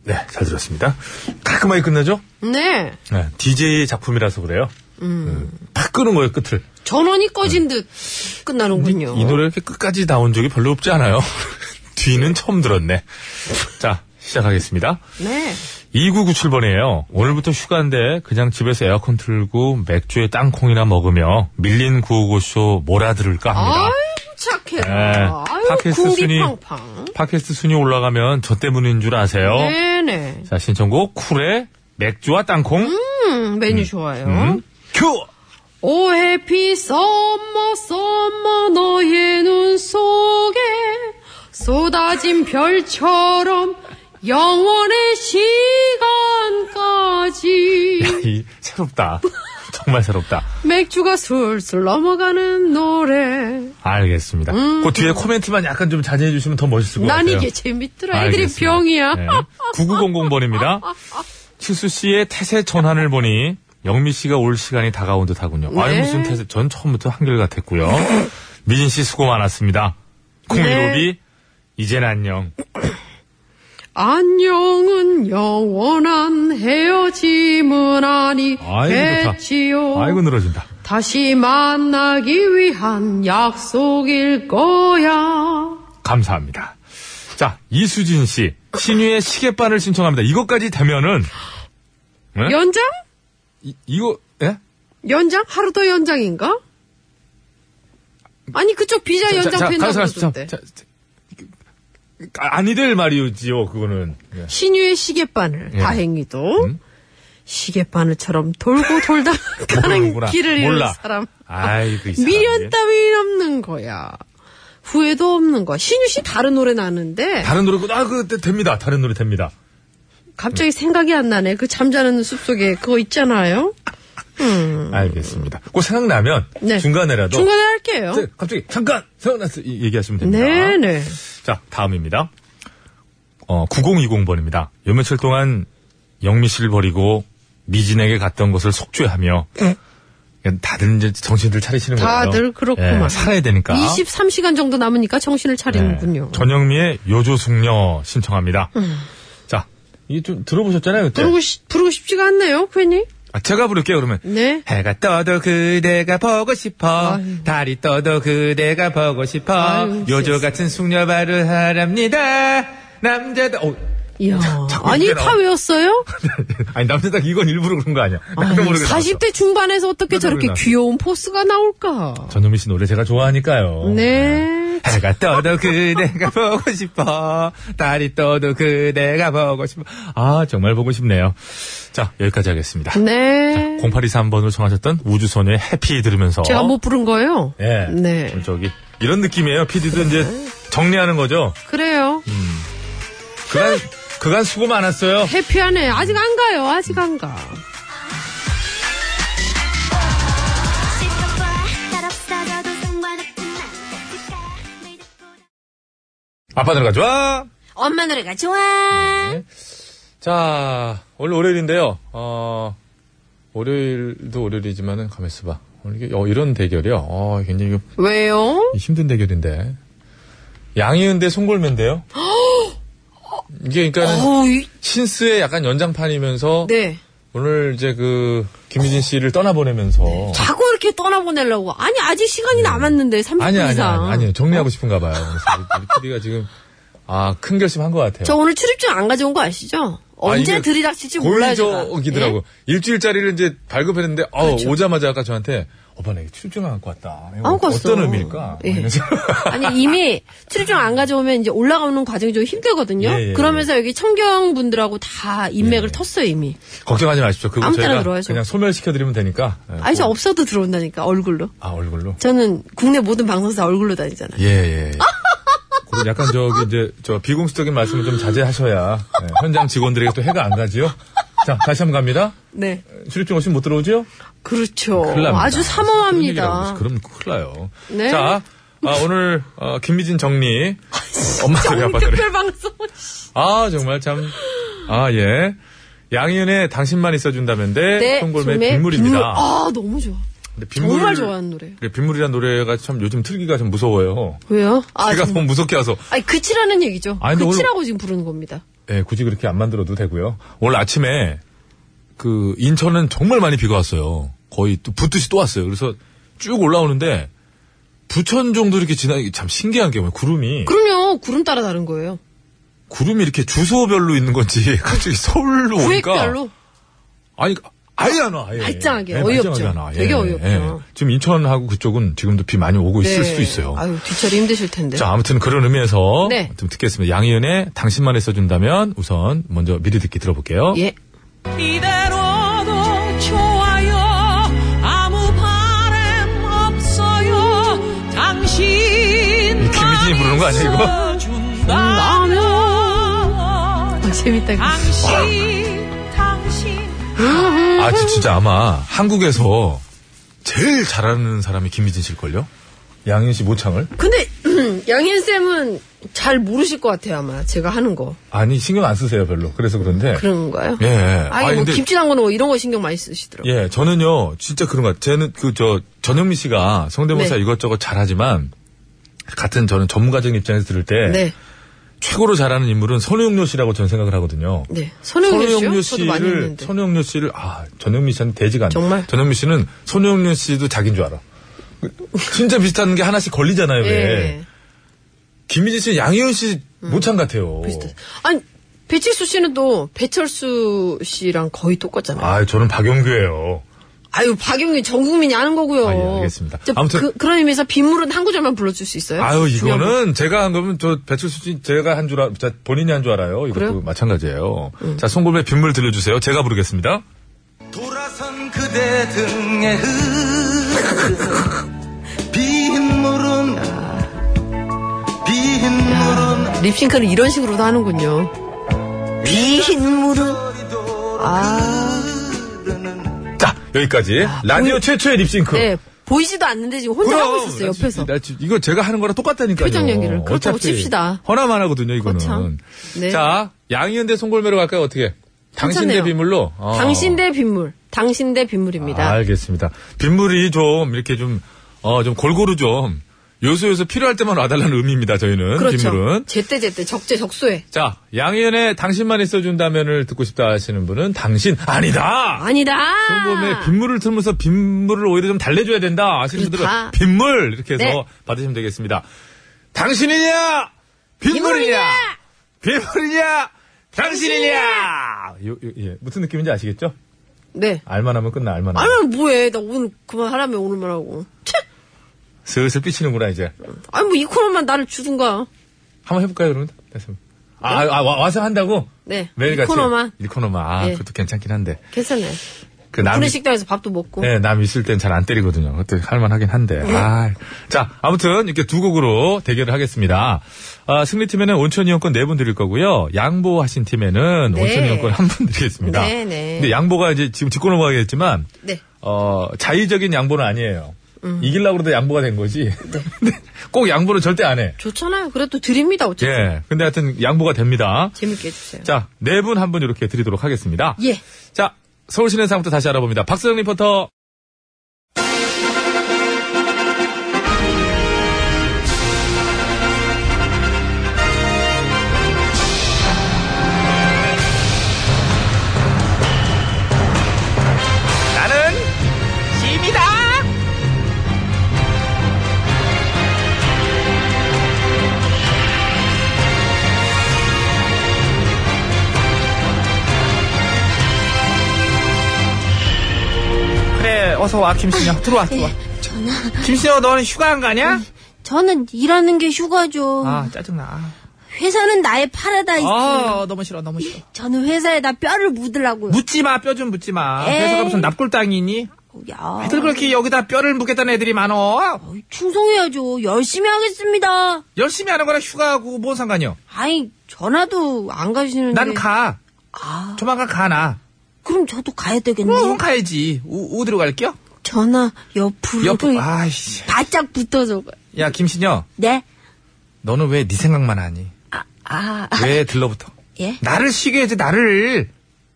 Speaker 4: 네, 잘 들었습니다. 깔끔하게 끝나죠?
Speaker 2: 네,
Speaker 4: 네, DJ 작품이라서 그래요.
Speaker 2: 음.
Speaker 4: 팍 끄는 거예요, 끝을.
Speaker 2: 전원이
Speaker 4: 네.
Speaker 2: 꺼진 듯 끝나는군요.
Speaker 4: 이 노래 이렇게 끝까지 나온 적이 별로 없지 않아요. 뒤는 처음 들었네. 자, 시작하겠습니다.
Speaker 2: 네.
Speaker 4: 2997번이에요. 오늘부터 휴가인데 그냥 집에서 에어컨 틀고 맥주에 땅콩이나 먹으며 밀린 구호고쇼 몰아들을까 합니다.
Speaker 2: 아유, 착해.
Speaker 4: 네.
Speaker 2: 아유,
Speaker 4: 팟캐스트 순위
Speaker 2: 궁디팡팡.
Speaker 4: 팟캐스트 순위 올라가면 저 때문인 줄 아세요?
Speaker 2: 네네.
Speaker 4: 자, 신청곡 쿨의 맥주와 땅콩.
Speaker 2: 음, 메뉴 좋아요.
Speaker 4: 음. 큐!
Speaker 2: 오 해피 썸머 썸머 너의 눈 속에 쏟아진 별처럼 영원의 시간까지
Speaker 4: 이, 새롭다. 정말 새롭다.
Speaker 2: 맥주가 술술 넘어가는 노래
Speaker 4: 알겠습니다.
Speaker 2: 음.
Speaker 4: 그 뒤에 코멘트만 약간 좀 자제해 주시면 더 멋있을 것
Speaker 2: 난
Speaker 4: 같아요. 네.
Speaker 2: 이게 재밌더라 애들이 병이야
Speaker 4: 9900번입니다. 칠수 씨의 태세 전환을 보니 영미 씨가 올 시간이 다가온 듯 하군요. 아유,
Speaker 2: 네.
Speaker 4: 무슨 태세, 전 처음부터 한결같았고요. 미진 씨 수고 많았습니다. 콩1 5
Speaker 2: 네.
Speaker 4: 이 이젠 안녕.
Speaker 2: 안녕은 영원한 헤어짐은
Speaker 4: 아이고,
Speaker 2: 아니겠지요
Speaker 4: 좋다. 아이고, 늘어진다.
Speaker 2: 다시 만나기 위한 약속일 거야.
Speaker 4: 감사합니다. 자, 이수진 씨. 신유의 시계바늘 신청합니다. 이것까지 되면은. 네?
Speaker 2: 연장?
Speaker 4: 이, 이거, 예?
Speaker 2: 연장? 하루 더 연장인가? 아니 그쪽 비자
Speaker 4: 자, 자,
Speaker 2: 연장 된다고
Speaker 4: 가서, 가서,
Speaker 2: 그러던데.
Speaker 4: 자, 자, 자, 아, 아니들 말이지요, 그거는. 예.
Speaker 2: 신유의 시계바늘.
Speaker 4: 예.
Speaker 2: 다행히도 시계바늘처럼 돌고 돌다 가는
Speaker 4: 모르는구나.
Speaker 2: 길을 잃은
Speaker 4: 몰라.
Speaker 2: 사람.
Speaker 4: 아이고, 이 사람.
Speaker 2: 미련 따위 없는 거야. 후회도 없는 거야. 신유 씨 다른 노래 나는데
Speaker 4: 다른 노래, 아, 그, 때- 됩니다. 다른 노래 됩니다.
Speaker 2: 갑자기 생각이 안 나네. 그 잠자는 숲속에 그거 있잖아요. 음.
Speaker 4: 알겠습니다. 꼭 생각나면
Speaker 2: 네.
Speaker 4: 중간에라도
Speaker 2: 중간에 할게요.
Speaker 4: 자, 갑자기 잠깐 생각났어 이- 얘기하시면 됩니다.
Speaker 2: 네, 네.
Speaker 4: 자 다음입니다. 어 9020번입니다. 요 며칠 동안 영미 씨를 버리고 미진에게 갔던 것을 속죄하며 다들 이제 정신들 차리시는 거예요.
Speaker 2: 네. 다들 그렇구만.
Speaker 4: 예, 살아야 되니까.
Speaker 2: 23시간 정도 남으니까 정신을 차리는군요.
Speaker 4: 네. 전영미의 요조숙녀 신청합니다.
Speaker 2: 음.
Speaker 4: 자 이게 좀 들어보셨잖아요 그때.
Speaker 2: 부르고, 시- 부르고 싶지가 않네요, 괜히.
Speaker 4: 아, 제가 부를게요 그러면.
Speaker 2: 네.
Speaker 1: 해가 떠도 그대가 보고 싶어. 달이 떠도 그대가 보고 싶어.
Speaker 2: 아유,
Speaker 1: 요조 같은 숙녀 바로 하랍니다. 남자다. 어,
Speaker 2: 이야.
Speaker 1: 자꾸
Speaker 2: 아니,
Speaker 1: 이게
Speaker 2: 다
Speaker 1: 나와.
Speaker 2: 외웠어요?
Speaker 4: 아니 남자다 이건 일부러 그런 거 아니야. 나도
Speaker 2: 아유,
Speaker 4: 모르게 나왔어.
Speaker 2: 40대 중반에서 어떻게
Speaker 4: 나도 모르게
Speaker 2: 저렇게
Speaker 4: 나왔어.
Speaker 2: 귀여운 포스가 나올까?
Speaker 4: 전현미 씨 노래 제가 좋아하니까요.
Speaker 2: 네.
Speaker 1: 해가 떠도 그대가 보고 싶어. 달이 떠도 그대가 보고 싶어.
Speaker 4: 아, 정말 보고 싶네요. 자, 여기까지 하겠습니다.
Speaker 2: 네.
Speaker 4: 0823번을 청하셨던 우주소녀의 해피 들으면서.
Speaker 2: 제가 못 부른 거예요?
Speaker 4: 예.
Speaker 2: 네.
Speaker 4: 오늘 저기, 이런 느낌이에요. PD도 이제 정리하는 거죠.
Speaker 2: 그래요.
Speaker 4: 그간, 그간 수고 많았어요.
Speaker 2: 해피하네. 아직 안 가요. 아직 안 가.
Speaker 4: 아빠 노래가 좋아!
Speaker 2: 엄마 노래가 좋아.
Speaker 4: 자, 오늘 월요일인데요. 어, 월요일도 월요일이지만은, 가만있어 봐. 오늘 이게, 어, 이런 대결이요. 어, 굉장히 이거
Speaker 2: 왜요?
Speaker 4: 힘든 대결인데. 양희은 대 송골매인데요. 이게 그러니까는 신스의 약간 연장판이면서
Speaker 2: 어, 네.
Speaker 4: 오늘 이제 그 김유진 씨를 떠나보내면서
Speaker 2: 자꾸 이렇게 떠나보내려고. 아니, 아직 시간이 남았는데, 30분
Speaker 4: 네. 아니 아니
Speaker 2: 이상. 어?
Speaker 4: 아니 아니 정리하고 싶은가 봐요. 우리가 지금 아 큰 결심 한 것 같아요.
Speaker 2: 저 오늘 출입증 안 가져온 거 아시죠? 언제
Speaker 4: 이게
Speaker 2: 들이닥칠지 몰라요. 제가.
Speaker 4: 고의적이더라고.
Speaker 2: 예?
Speaker 4: 일주일짜리를 이제 발급했는데 어
Speaker 2: 그렇죠.
Speaker 4: 오자마자 아까 저한테 오빠 나 이거 출증 안 갖고 왔다. 이거
Speaker 2: 갖고 왔어.
Speaker 4: 어떤 의미일까?
Speaker 2: 예.
Speaker 4: 그래서
Speaker 2: 아니 이미 출입증 안 가져오면 이제 올라가는 과정이 좀 힘들거든요.
Speaker 4: 예, 예,
Speaker 2: 그러면서 여기 청경 분들하고 다 인맥을 텄어요 이미.
Speaker 4: 걱정하지 마십시오. 그거
Speaker 2: 아무 때나
Speaker 4: 저희가
Speaker 2: 들어와요, 저.
Speaker 4: 그냥 소멸시켜드리면 되니까. 예,
Speaker 2: 아니 저 없어도 들어온다니까 얼굴로.
Speaker 4: 아 얼굴로.
Speaker 2: 저는 국내 모든 방송사 얼굴로 다니잖아요.
Speaker 4: 예, 예. 그리고 약간 저기 이제 저 비공식적인 말씀을 좀 자제하셔야 예, 현장 직원들에게 또 해가 안 가지요. 자, 다시 한번 갑니다.
Speaker 2: 네.
Speaker 4: 출입증 없으면 못 들어오죠?
Speaker 2: 그렇죠.
Speaker 4: 큰일 납니다. 그런
Speaker 2: 아주
Speaker 4: 얘기라고 그러지.
Speaker 2: 삼엄합니다.
Speaker 4: 그럼 큰일 나요.
Speaker 2: 네.
Speaker 4: 자, 아, 오늘 어, 김미진 정리.
Speaker 2: 아,
Speaker 4: 엄마 소리 아빠 소리.
Speaker 2: 특별 방송.
Speaker 4: 아, 정말 참. 아, 예. 양희은의 당신만 있어준다면데 송골매
Speaker 2: 정말
Speaker 4: 네, 빗물입니다.
Speaker 2: 네, 빗물. 아 너무 좋아.
Speaker 4: 근데
Speaker 2: 정말 좋아하는 노래.
Speaker 4: 그 빗물이라는 노래가 참 요즘 틀기가 좀 무서워요.
Speaker 2: 왜요? 아,
Speaker 4: 제가
Speaker 2: 정-
Speaker 4: 너무 무섭게 와서
Speaker 2: 아니 그치라는 얘기죠.
Speaker 4: 아니, 근데 오늘-
Speaker 2: 그치라고 지금 부르는 겁니다.
Speaker 4: 예, 굳이 그렇게 안 만들어도 되고요. 오늘 아침에 그 인천은 정말 많이 비가 왔어요. 거의 또 붙듯이 또 왔어요. 그래서 쭉 올라오는데 부천 정도 이렇게 지나 참 신기한 게 뭐예요. 구름이
Speaker 2: 그럼요. 구름 따라 다른 거예요.
Speaker 4: 구름이 이렇게 주소별로 있는 건지 갑자기 서울로 오니까
Speaker 2: 구획별로
Speaker 4: 아니 아예 안 와. 아예.
Speaker 2: 말짱하게.
Speaker 4: 예,
Speaker 2: 어이없죠.
Speaker 4: 말짱하게 안 와.
Speaker 2: 되게 어이없죠. 네.
Speaker 4: 지금 인천하고 그쪽은 지금도 비 많이 오고 있을 수 있어요.
Speaker 2: 아유, 뒷처리 힘드실 텐데.
Speaker 4: 자, 아무튼 그런 의미에서
Speaker 2: 네.
Speaker 4: 좀 듣겠습니다. 양희은의 당신만을 써준다면 우선 먼저 미리 듣기 들어볼게요.
Speaker 2: 예.
Speaker 15: 이대로도 좋아요 아무 바램 없어요 당신
Speaker 4: 김희진이 부르는 거 아니야, 이거?
Speaker 15: 나는
Speaker 2: 재밌다.
Speaker 15: 당신 당신
Speaker 4: 아, 지- 진짜 아마 한국에서 제일 잘하는 사람이 김희진 씨일걸요? 양희은 씨 모창을?
Speaker 2: 근데 양현 쌤은 잘 모르실 것 같아요 아마 제가 하는 거.
Speaker 4: 아니, 신경 안 쓰세요, 별로. 그래서 그런데.
Speaker 2: 그런가요?
Speaker 4: 예. 예.
Speaker 2: 아니,
Speaker 4: 아니,
Speaker 2: 뭐
Speaker 4: 근데-
Speaker 2: 김치 담그는 거 이런 거 신경 많이 쓰시더라고요.
Speaker 4: 예, 저는요, 진짜 그런 것 같아요. 쟤는 그, 저, 전영미 씨가 성대모사
Speaker 2: 네.
Speaker 4: 이것저것 잘하지만, 같은 저는 전문가적인 입장에서 들을 때,
Speaker 2: 네.
Speaker 4: 최고로 잘하는 인물은 선우용료 씨라고 저는 생각을 하거든요.
Speaker 2: 네. 선우용료 씨요? 저도 많이
Speaker 4: 씨를,
Speaker 2: 했는데.
Speaker 4: 선우용료 씨를, 아, 전영미 씨한테 대지가 않네. 정말? 전영미 씨는 선우용료 씨도 자기인 줄 알아. 진짜 비슷한 게 하나씩 걸리잖아요, 왜.
Speaker 2: 예. 음.
Speaker 4: 김희진 씨, 양희은 씨 모창 같아요.
Speaker 2: 아니 배칠수 씨는 또 배철수 씨랑 거의 똑같잖아요.
Speaker 4: 아, 저는 박용규예요.
Speaker 2: 아유 박영민 전 국민이 아는 거고요.
Speaker 4: 아, 예, 알겠습니다.
Speaker 2: 저
Speaker 4: 아무튼-
Speaker 2: 그, 그런 의미에서 빗물은 한 구절만 불러줄 수 있어요?
Speaker 4: 아유,
Speaker 2: 네? 중요한 거.
Speaker 4: 이거는 제가 한 거면 저 배출수 씨 제가 한 줄, 알, 자, 본인이 한 줄 알아요. 이것도
Speaker 2: 그래요? 음.
Speaker 4: 마찬가지예요. 자, 송골매 빗물 들려주세요. 제가 부르겠습니다.
Speaker 8: 돌아선 그대 등에 흐르는 빗물은 빗물은
Speaker 2: 립싱크는 이런 식으로도 하는군요.
Speaker 8: 빗물은
Speaker 4: 자, 여기까지. 라디오 최초의 립싱크.
Speaker 2: 아, 네 보이지도 않는데 지금 혼자 하고 있었어요 옆에서.
Speaker 4: 나 지금 이거 제가 하는 거랑 똑같다니까요.
Speaker 2: 표정 연기를. 그렇다고
Speaker 4: 어차피
Speaker 2: 칩시다.
Speaker 4: 허나만 하거든요, 이거는.
Speaker 2: 거참. 네.
Speaker 4: 자, 양희은 대 송골매로 갈까요, 어떻게? 당신 대
Speaker 2: 괜찮네요.
Speaker 4: 빗물로. 어. 아,
Speaker 2: 당신 대 빗물, 당신 대 빗물입니다.
Speaker 4: 알겠습니다. 빗물이 좀 이렇게 좀, 어, 좀 골고루 좀 요소요소 필요할 때만 와달라는 의미입니다, 저희는. 빗물은.
Speaker 2: 그렇죠. 제때 제때 적재 적소에.
Speaker 4: 자, 양희은의 당신만 있어준다면을 듣고 싶다 하시는 분은 당신 아니다.
Speaker 2: 아니다.
Speaker 4: 봄에 빗물을 틀면서 빗물을 오히려 좀 달래줘야 된다 하시는 분들은
Speaker 2: 그렇다.
Speaker 4: 빗물 이렇게 해서
Speaker 2: 네.
Speaker 4: 받으시면 되겠습니다. 당신이냐 빗물이냐 빗물이냐 당신이냐 요, 요, 예. 무슨 느낌인지 아시겠죠?
Speaker 2: 네.
Speaker 4: 알만하면 끝나 알만하면
Speaker 2: 아니 뭐해? 나 오늘 그만 하라며 오늘만 하고.
Speaker 4: 슬슬 삐치는구나 이제
Speaker 2: 아니 뭐 이 코너만 나를 주든가.
Speaker 4: 한번 해볼까요 그러면? 다시 한번. 아, 아, 와, 와서 한다고?
Speaker 2: 네.
Speaker 4: 매일같이
Speaker 2: 이 코너만
Speaker 4: 이 코너만 아
Speaker 2: 네.
Speaker 4: 그것도 괜찮긴 한데
Speaker 2: 괜찮네.
Speaker 4: 그
Speaker 2: 푸른
Speaker 4: 남이
Speaker 2: 식당에서 밥도 먹고. 네.
Speaker 4: 네, 남 있을 땐 잘 안 때리거든요. 그때 할만하긴 한데. 아. 자, 아무튼 이렇게 두 곡으로 대결을 하겠습니다. 아, 승리팀에는 온천 이용권 네 분 드릴 거고요. 양보하신 팀에는
Speaker 2: 네.
Speaker 4: 온천 이용권 한 분 드리겠습니다.
Speaker 2: 네, 네.
Speaker 4: 근데 양보가 이제 지금 짚고 넘어가겠지만,
Speaker 2: 네.
Speaker 4: 어, 자의적인 양보는 아니에요.
Speaker 2: 음. 네.
Speaker 4: 이기려고 그래도 양보가 된 거지. 근데 꼭 양보를 절대 안 해.
Speaker 2: 좋잖아요. 그래도 드립니다. 어쨌든
Speaker 4: 예. 근데 하여튼 양보가 됩니다.
Speaker 2: 재밌게 해주세요.
Speaker 4: 자, 네 분 한 분 이렇게 드리도록 하겠습니다.
Speaker 2: 예.
Speaker 4: 자, 서울시내 상부터 다시 알아봅니다. 박서영 리포터.
Speaker 8: 나는 짐이다
Speaker 1: 그래, 어서 와, 김신영. 들어와,
Speaker 16: 네,
Speaker 1: 들어와. 김신영, 너는 휴가 안
Speaker 16: 음,
Speaker 1: 가냐?
Speaker 16: 저는 일하는 게 휴가죠.
Speaker 1: 아, 짜증나.
Speaker 16: 회사는 나의 파라다이스.
Speaker 1: 아, 너무 싫어, 너무 싫어.
Speaker 16: 저는 회사에다 뼈를 묻으라고요.
Speaker 1: 묻지 마, 뼈 좀 묻지 마.
Speaker 16: 에이. 어.
Speaker 1: 회사가 무슨 납골당이니? 애들 그렇게 여기다 뼈를 묻겠다는 애들이 많어.
Speaker 16: 충성해야죠. 열심히 하겠습니다.
Speaker 1: 열심히 하는 거랑 휴가하고 뭔 상관이요?
Speaker 16: 아니, 전화도 안 가시는데.
Speaker 2: 네.
Speaker 1: 난 가.
Speaker 2: 아.
Speaker 1: 조만간 가, 나.
Speaker 16: 그럼 저도 가야 되겠네.
Speaker 1: 그럼 어, 가야지. 우, 어디로 갈게요?
Speaker 16: 전화 옆으로
Speaker 1: 옆으로, 아이씨.
Speaker 16: 바짝 붙어서. 가요.
Speaker 1: 야, 김신영.
Speaker 16: 네?
Speaker 1: 너는 왜 네 생각만 하니?
Speaker 16: 아,
Speaker 1: 왜 들러붙어?
Speaker 16: 예?
Speaker 1: 나를 쉬게 해야지, 나를.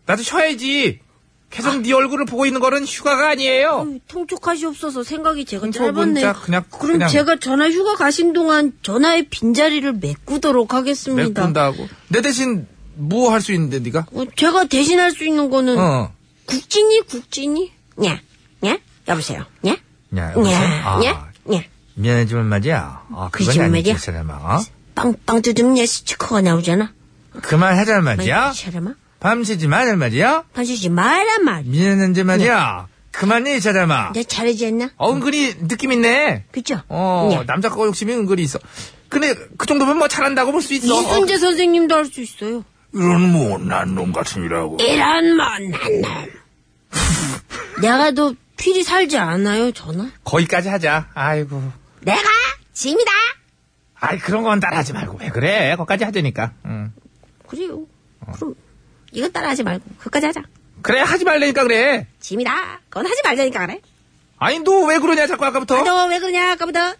Speaker 1: 나도 쉬어야지. 계속
Speaker 16: 아.
Speaker 1: 네 얼굴을 보고 있는 거는 휴가가 아니에요.
Speaker 16: 통촉하시옵소서 생각이 제가
Speaker 1: 소문
Speaker 16: 음, 짧았네요.
Speaker 1: 짝 그냥
Speaker 16: 그럼
Speaker 1: 그냥
Speaker 16: 제가 전화 휴가 가신 동안 전화의 빈자리를 메꾸도록 하겠습니다.
Speaker 1: 메꾼다고. 내 대신 뭐 할 수 있는데 네가?
Speaker 16: 어, 제가 대신할 수 있는 거는
Speaker 1: 어.
Speaker 16: 국진이 국진이 냐, 냐? 여보세요. 냐?
Speaker 1: 야,
Speaker 16: 냐, 냐? 냐? 그
Speaker 1: 미안하지만 말이야. 아,
Speaker 16: 그건 아니지, 이
Speaker 1: 사람아. 어?
Speaker 16: 빵빵 두드면 스티커가 나오잖아.
Speaker 4: 그만하잔 말이야.
Speaker 2: 샤라마?
Speaker 4: 밤새지 말란 말이야.
Speaker 2: 밤새지 말란 말이야.
Speaker 4: 미안한데 말이야.
Speaker 16: 예.
Speaker 4: 그만해, 이 사람아.
Speaker 16: 네.
Speaker 2: 내가 잘하지 않나?
Speaker 4: 어, 은근히 느낌 있네.
Speaker 2: 그죠?
Speaker 4: 어,
Speaker 2: 네.
Speaker 4: 남자 거 욕심이 은근히 있어. 근데 그 정도면 뭐 잘한다고 볼 수 있어.
Speaker 2: 이순재 선생님도 할 수 있어요.
Speaker 4: 이런 못난 놈 같으니라고.
Speaker 2: 이런 못난 놈. 내가 너 필이 살지 않아요, 전화?
Speaker 4: 거기까지 하자. 아이고.
Speaker 2: 내가 짐이다.
Speaker 4: 아이, 그런 건 따라하지 말고. 왜 그래? 거기까지 하자니까. 응.
Speaker 2: 그래요. 그럼 이건 따라하지 말고 그까지 하자.
Speaker 4: 그래, 하지 말라니까 그래.
Speaker 2: 짐이다. 그건 하지 말자니까 그래.
Speaker 4: 아니, 너 왜 그러냐, 자꾸 아까부터.
Speaker 2: 너 왜 그러냐 아까부터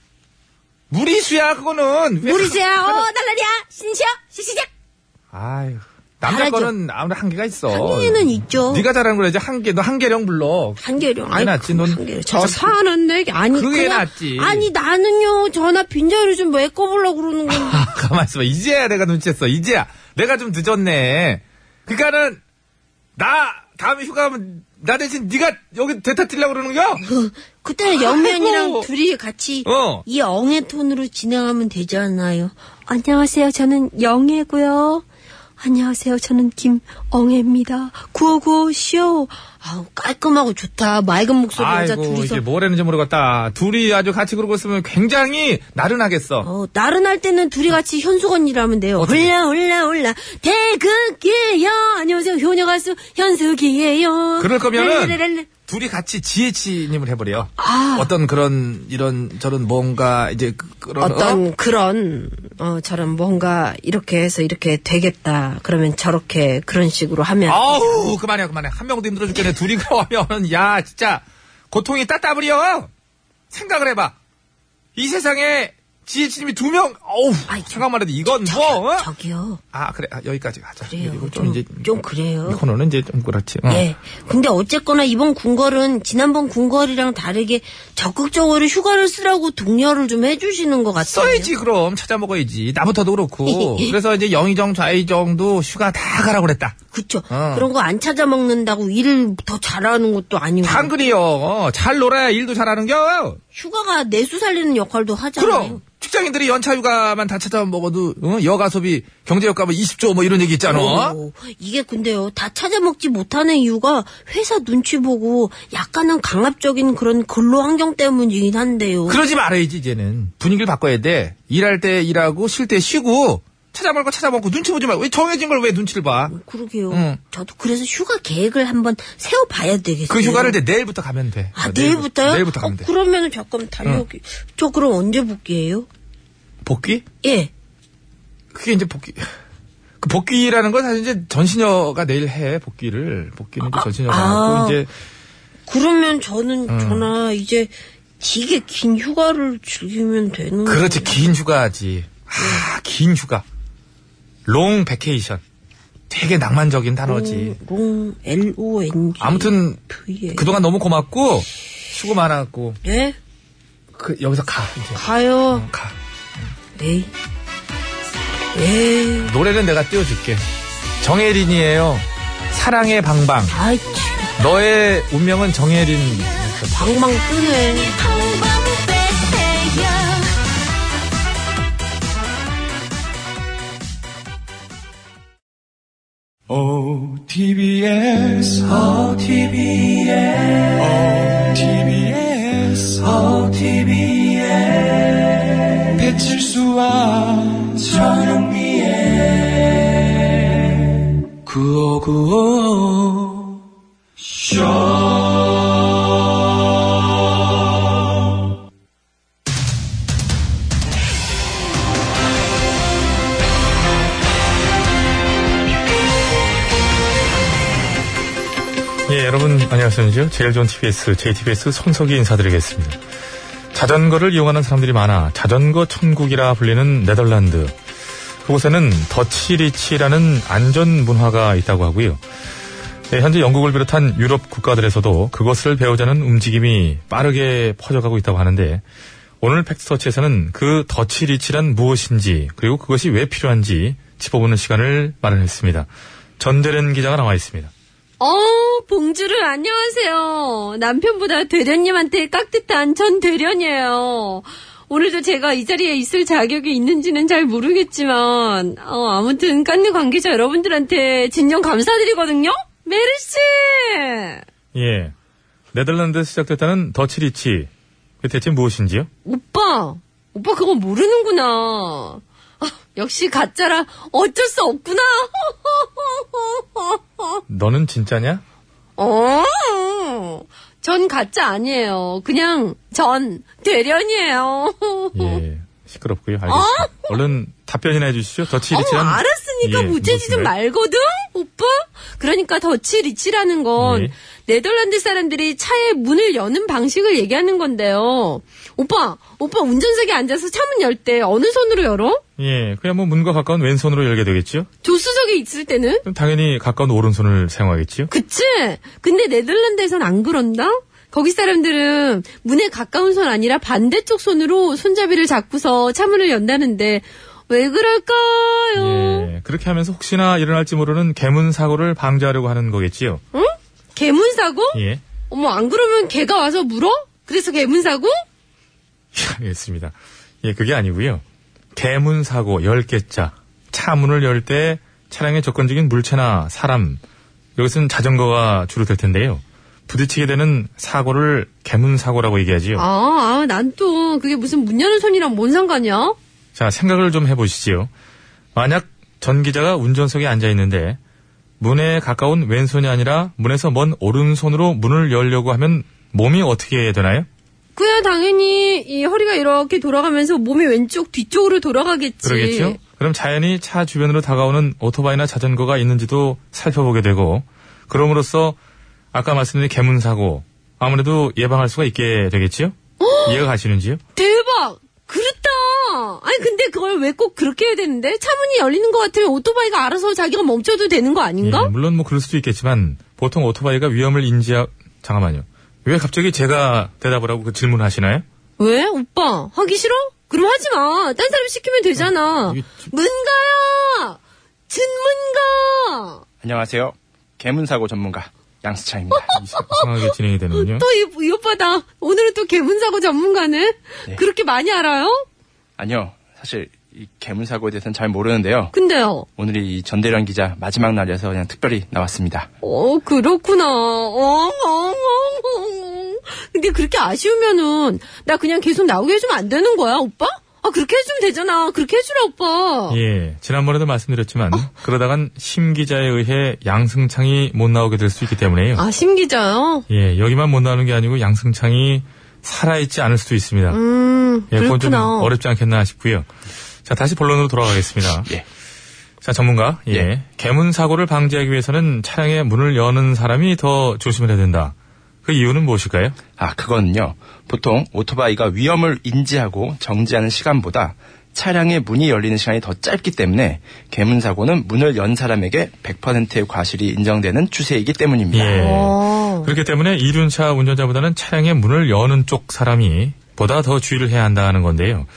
Speaker 4: 무리수야, 그거는. 왜
Speaker 2: 무리수야. 어 날라리야. 신시여 시시작.
Speaker 4: 아유. 남자
Speaker 2: 잘하죠.
Speaker 4: 거는 아무래도 한계가 있어.
Speaker 2: 한계는 있죠.
Speaker 4: 네가 잘하는 거라 이제 한계, 너 한계령 불러.
Speaker 2: 한계령.
Speaker 4: 그게 낫지, 넌.
Speaker 17: 저 사는 내기 아니
Speaker 4: 그게
Speaker 17: 그냥
Speaker 4: 낫지.
Speaker 2: 아니 나는요 전화 빈자리를 좀 메꿔보려고 그러는 건데
Speaker 4: 아, 가만 있어봐. 이제야 내가 눈치챘어. 이제야. 내가 좀 늦었네. 그러니까는 나 다음에 휴가 하면 나 대신 네가 여기 대타 뛰려고 그러는 거야?
Speaker 2: 그때는 연면이랑
Speaker 4: 아이고.
Speaker 2: 둘이 같이
Speaker 4: 어.
Speaker 2: 이 영의 톤으로 진행하면 되지 않나요? 안녕하세요 저는 영애고요 안녕하세요 저는 김엉애입니다 9595쇼 아우 깔끔하고 좋다 맑은 목소리 여자
Speaker 4: 아이고
Speaker 2: 둘이서
Speaker 4: 이게 뭐라는지 모르겠다. 둘이 아주 같이 그러고 있으면 굉장히 나른하겠어.
Speaker 2: 어, 나른할 때는 둘이 같이 현숙 언니를 하면 돼요. 올라 올라 올라 대극이에요. 안녕하세요 효녀 가수 현숙이에요.
Speaker 4: 그럴 거면은
Speaker 2: 랄랄랄랄.
Speaker 4: 네. 둘이 같이 GH님을 해버려.
Speaker 2: 아.
Speaker 4: 어떤 그런 이런 저런 뭔가 이제 그- 그런
Speaker 17: 어떤
Speaker 4: 어?
Speaker 17: 그런 어 저런 뭔가 이렇게 해서 이렇게 되겠다 그러면 저렇게 그런 식으로 하면
Speaker 4: 아우 그만해 그만해 한 명도 힘들어 죽겠네 둘이 그러면 야 진짜 고통이 따따블이여 생각을 해봐 이 세상에 지혜치님이 두명 어우 생각만 해도 이건 뭐 어?
Speaker 2: 아, 저기요
Speaker 4: 아 그래 아, 여기까지 가자
Speaker 2: 그래요.
Speaker 4: 이거
Speaker 2: 좀, 좀 그래요.
Speaker 4: 이 코너는 이제 좀 그렇지 어. 응.
Speaker 2: 예. 근데 어쨌거나 이번 궁궐은 지난번 궁궐이랑 다르게 적극적으로 휴가를 쓰라고 독려를 좀 해주시는 것 같아요.
Speaker 4: 써야지 그럼 찾아 먹어야지 나부터도 그렇고 그래서 이제 영의정 좌의정도 휴가 다 가라고 그랬다
Speaker 2: 그쵸
Speaker 4: 어.
Speaker 2: 그런 거 안 찾아먹는다고 일을 더 잘하는 것도 아니고
Speaker 4: 한글이요 어, 잘 놀아야 일도 잘하는겨
Speaker 2: 휴가가 내수 살리는 역할도 하잖아요.
Speaker 4: 그럼 직장인들이 연차 휴가만 다 찾아 먹어도 어? 여가 소비 경제 효과 뭐 20조 뭐 이런 얘기 있잖아
Speaker 2: 오, 이게 근데요, 다 찾아먹지 못하는 이유가 회사 눈치 보고 약간은 강압적인 그런 근로 환경 때문이긴 한데요.
Speaker 4: 그러지 말아야지 이제는 분위기를 바꿔야 돼 일할 때 일하고 쉴 때 쉬고 찾아먹고 찾아먹고 눈치 보지 말고 왜 정해진 걸 왜 눈치를 봐 그
Speaker 2: 그러게요.
Speaker 4: 응.
Speaker 2: 저도 그래서 휴가 계획을 한번 세워봐야 되겠어요.
Speaker 4: 그 휴가를 이제 내일부터 가면 돼
Speaker 2: 아,
Speaker 4: 어,
Speaker 2: 내일부터요?
Speaker 4: 내일부터 가면 돼
Speaker 2: 어, 그러면은 잠깐 달려오기. 저 그럼 언제 복귀해요?
Speaker 4: 복귀?
Speaker 2: 예.
Speaker 4: 그게 이제 복귀 그 복귀라는 건 사실 이제 전신여가 내일 해 복귀를 복귀는 이제 전신여가
Speaker 2: 아.
Speaker 4: 하고 이제
Speaker 2: 그러면 저는
Speaker 4: 응.
Speaker 2: 전화 이제 되게 긴 휴가를 즐기면 되는.
Speaker 4: 그렇지 긴 휴가지. 아, 긴 휴가. 롱 베케이션. 되게 낭만적인
Speaker 2: 음.
Speaker 4: 단어지.
Speaker 2: 롱, L, O, N, G.
Speaker 4: 아무튼
Speaker 2: V,
Speaker 4: 그동안 너무 고맙고 수고 많았고
Speaker 2: 예?
Speaker 4: 그 여기서 가 이제.
Speaker 2: 가요.
Speaker 4: 가.
Speaker 2: 네. 예.
Speaker 4: 노래는 내가 띄워줄게. 정혜린이에요. 사랑의 방방.
Speaker 2: 아이,
Speaker 4: 너의 운명은 정혜린.
Speaker 2: 방방 뜨네.
Speaker 1: OTBS, OTBS, OTBS, OTBS. 배칠수와 전영미의 구호구호 쇼.
Speaker 18: 예, 여러분 안녕하십니까? 제일 좋은 TBS, JTBS 손석희 인사드리겠습니다. 자전거를 이용하는 사람들이 많아 자전거 천국이라 불리는 네덜란드. 그곳에는 더치리치라는 안전 문화가 있다고 하고요. 예, 현재 영국을 비롯한 유럽 국가들에서도 그것을 배우자는 움직임이 빠르게 퍼져가고 있다고 하는데 오늘 팩스터치에서는 그 더치리치란 무엇인지 그리고 그것이 왜 필요한지 짚어보는 시간을 마련했습니다. 전대련 기자가 나와 있습니다.
Speaker 17: 어 봉주르 안녕하세요 남편보다 대련님한테 깍듯한 전 대련이에요
Speaker 2: 오늘도 제가 이 자리에 있을 자격이 있는지는 잘 모르겠지만, 어, 아무튼 깐느 관계자 여러분들한테 진정 감사드리거든요? 메르씨!
Speaker 4: 예. 네덜란드에서 시작됐다는 더치리치. 그 대체 무엇인지요?
Speaker 2: 오빠! 오빠 그거 모르는구나. 아, 역시 가짜라 어쩔 수 없구나.
Speaker 4: 너는 진짜냐?
Speaker 2: 어? 전 가짜 아니에요. 그냥 전 대련이에요. 어,
Speaker 4: 예. 시끄럽고요. 알겠습니다. 얼른 답변이나 해주시죠. 더치리치.
Speaker 2: 어머,
Speaker 4: 예,
Speaker 2: 알았으니까 무죄지 좀 말거든, 오빠. 그러니까 더치 리치라는 건
Speaker 4: 예.
Speaker 2: 네덜란드 사람들이 차의 문을 여는 방식을 얘기하는 건데요. 오빠, 오빠 운전석에 앉아서 차문 열 때 어느 손으로 열어?
Speaker 4: 예. 그냥 뭐 문과 가까운 왼손으로 열게 되겠지요?
Speaker 2: 조수석에 있을 때는?
Speaker 4: 그럼 당연히 가까운 오른손을 사용하겠지요?
Speaker 2: 그치? 근데 네덜란드에선 안 그런다? 거기 사람들은 문에 가까운 손 아니라 반대쪽 손으로 손잡이를 잡고서 차문을 연다는데 왜 그럴까요?
Speaker 4: 예. 그렇게 하면서 혹시나 일어날지 모르는 개문 사고를 방지하려고 하는 거겠지요?
Speaker 2: 응? 개문사고?
Speaker 4: 예.
Speaker 2: 어머 안 그러면 걔가 와서 물어? 그래서 개문사고?
Speaker 4: 알겠습니다. 예, 그게 아니고요. 개문 사고 10개자. 차문을 열 때 차량에 접근 중인 물체나 사람. 여기서는 자전거가 주로 될 텐데요. 부딪히게 되는 사고를 개문 사고라고 얘기하지요.
Speaker 2: 아, 아, 난 또 그게 무슨 문 여는 손이랑 뭔 상관이야?
Speaker 4: 자, 생각을 좀 해보시지요. 만약 전 기자가 운전석에 앉아 있는데 문에 가까운 왼손이 아니라 문에서 먼 오른손으로 문을 열려고 하면 몸이 어떻게 되나요?
Speaker 2: 그야 당연히 이 허리가 이렇게 돌아가면서 몸이 왼쪽 뒤쪽으로 돌아가겠지.
Speaker 4: 그러겠죠? 그럼 자연히 차 주변으로 다가오는 오토바이나 자전거가 있는지도 살펴보게 되고, 그럼으로써 아까 말씀드린 개문사고, 아무래도 예방할 수가 있게 되겠지요?
Speaker 2: 어?
Speaker 4: 이해가 가시는지요?
Speaker 2: 대박! 그렇다! 아니 근데 그걸 왜 꼭 그렇게 해야 되는데? 차문이 열리는 것 같으면 오토바이가 알아서 자기가 멈춰도 되는 거 아닌가?
Speaker 4: 예, 물론 뭐 그럴 수도 있겠지만, 보통 오토바이가 위험을 인지하, 잠깐만요. 왜 갑자기 제가 대답을 하고 그 질문을 하시나요?
Speaker 2: 왜? 오빠 하기 싫어? 그럼 하지 마. 딴 사람 시키면 되잖아. 문가야! 진문가!
Speaker 1: 안녕하세요. 개문사고 전문가 양수창입니다.
Speaker 4: 이상하게 진행이 되는군요.
Speaker 2: 또 이, 이 오빠다. 오늘은 또 개문사고 전문가네.
Speaker 1: 네.
Speaker 2: 그렇게 많이 알아요?
Speaker 1: 아니요. 사실 이 개문사고에 대해서는 잘 모르는데요.
Speaker 2: 근데요.
Speaker 1: 오늘이 이 전대련 기자 마지막 날이어서 그냥 특별히 나왔습니다.
Speaker 2: 어, 그렇구나. 엉, 엉, 엉, 엉. 어. 근데 그렇게 아쉬우면은, 나 그냥 계속 나오게 해주면 안 되는 거야, 오빠? 아, 그렇게 해주면 되잖아. 그렇게 해주라, 오빠.
Speaker 4: 예, 지난번에도
Speaker 2: 어?
Speaker 4: 말씀드렸지만, 그러다간 심 기자에 의해 양승창이 못 나오게 될 수 있기 때문에요.
Speaker 2: 아, 심기자요?
Speaker 4: 예, 여기만 못 나오는 게 아니고 양승창이 살아있지 않을 수도 있습니다.
Speaker 2: 음,
Speaker 4: 예, 그건 좀
Speaker 2: 그렇구나.
Speaker 4: 어렵지 않겠나 싶고요. 자, 다시 본론으로 돌아가겠습니다. 자, 전문가. 예. 개문 사고를 방지하기 위해서는 차량의 문을 여는 사람이 더 조심을 해야 된다. 그 이유는 무엇일까요?
Speaker 1: 아, 그거는요. 보통 오토바이가 위험을 인지하고 정지하는 시간보다 차량의 문이 열리는 시간이 더 짧기 때문에 개문사고는 문을 연 사람에게 100%의 과실이 인정되는 추세이기 때문입니다.
Speaker 4: 예. 그렇기 때문에 이륜차 운전자보다는 차량의 문을 여는 쪽 사람이 보다 더 주의를 해야 한다는 건데요.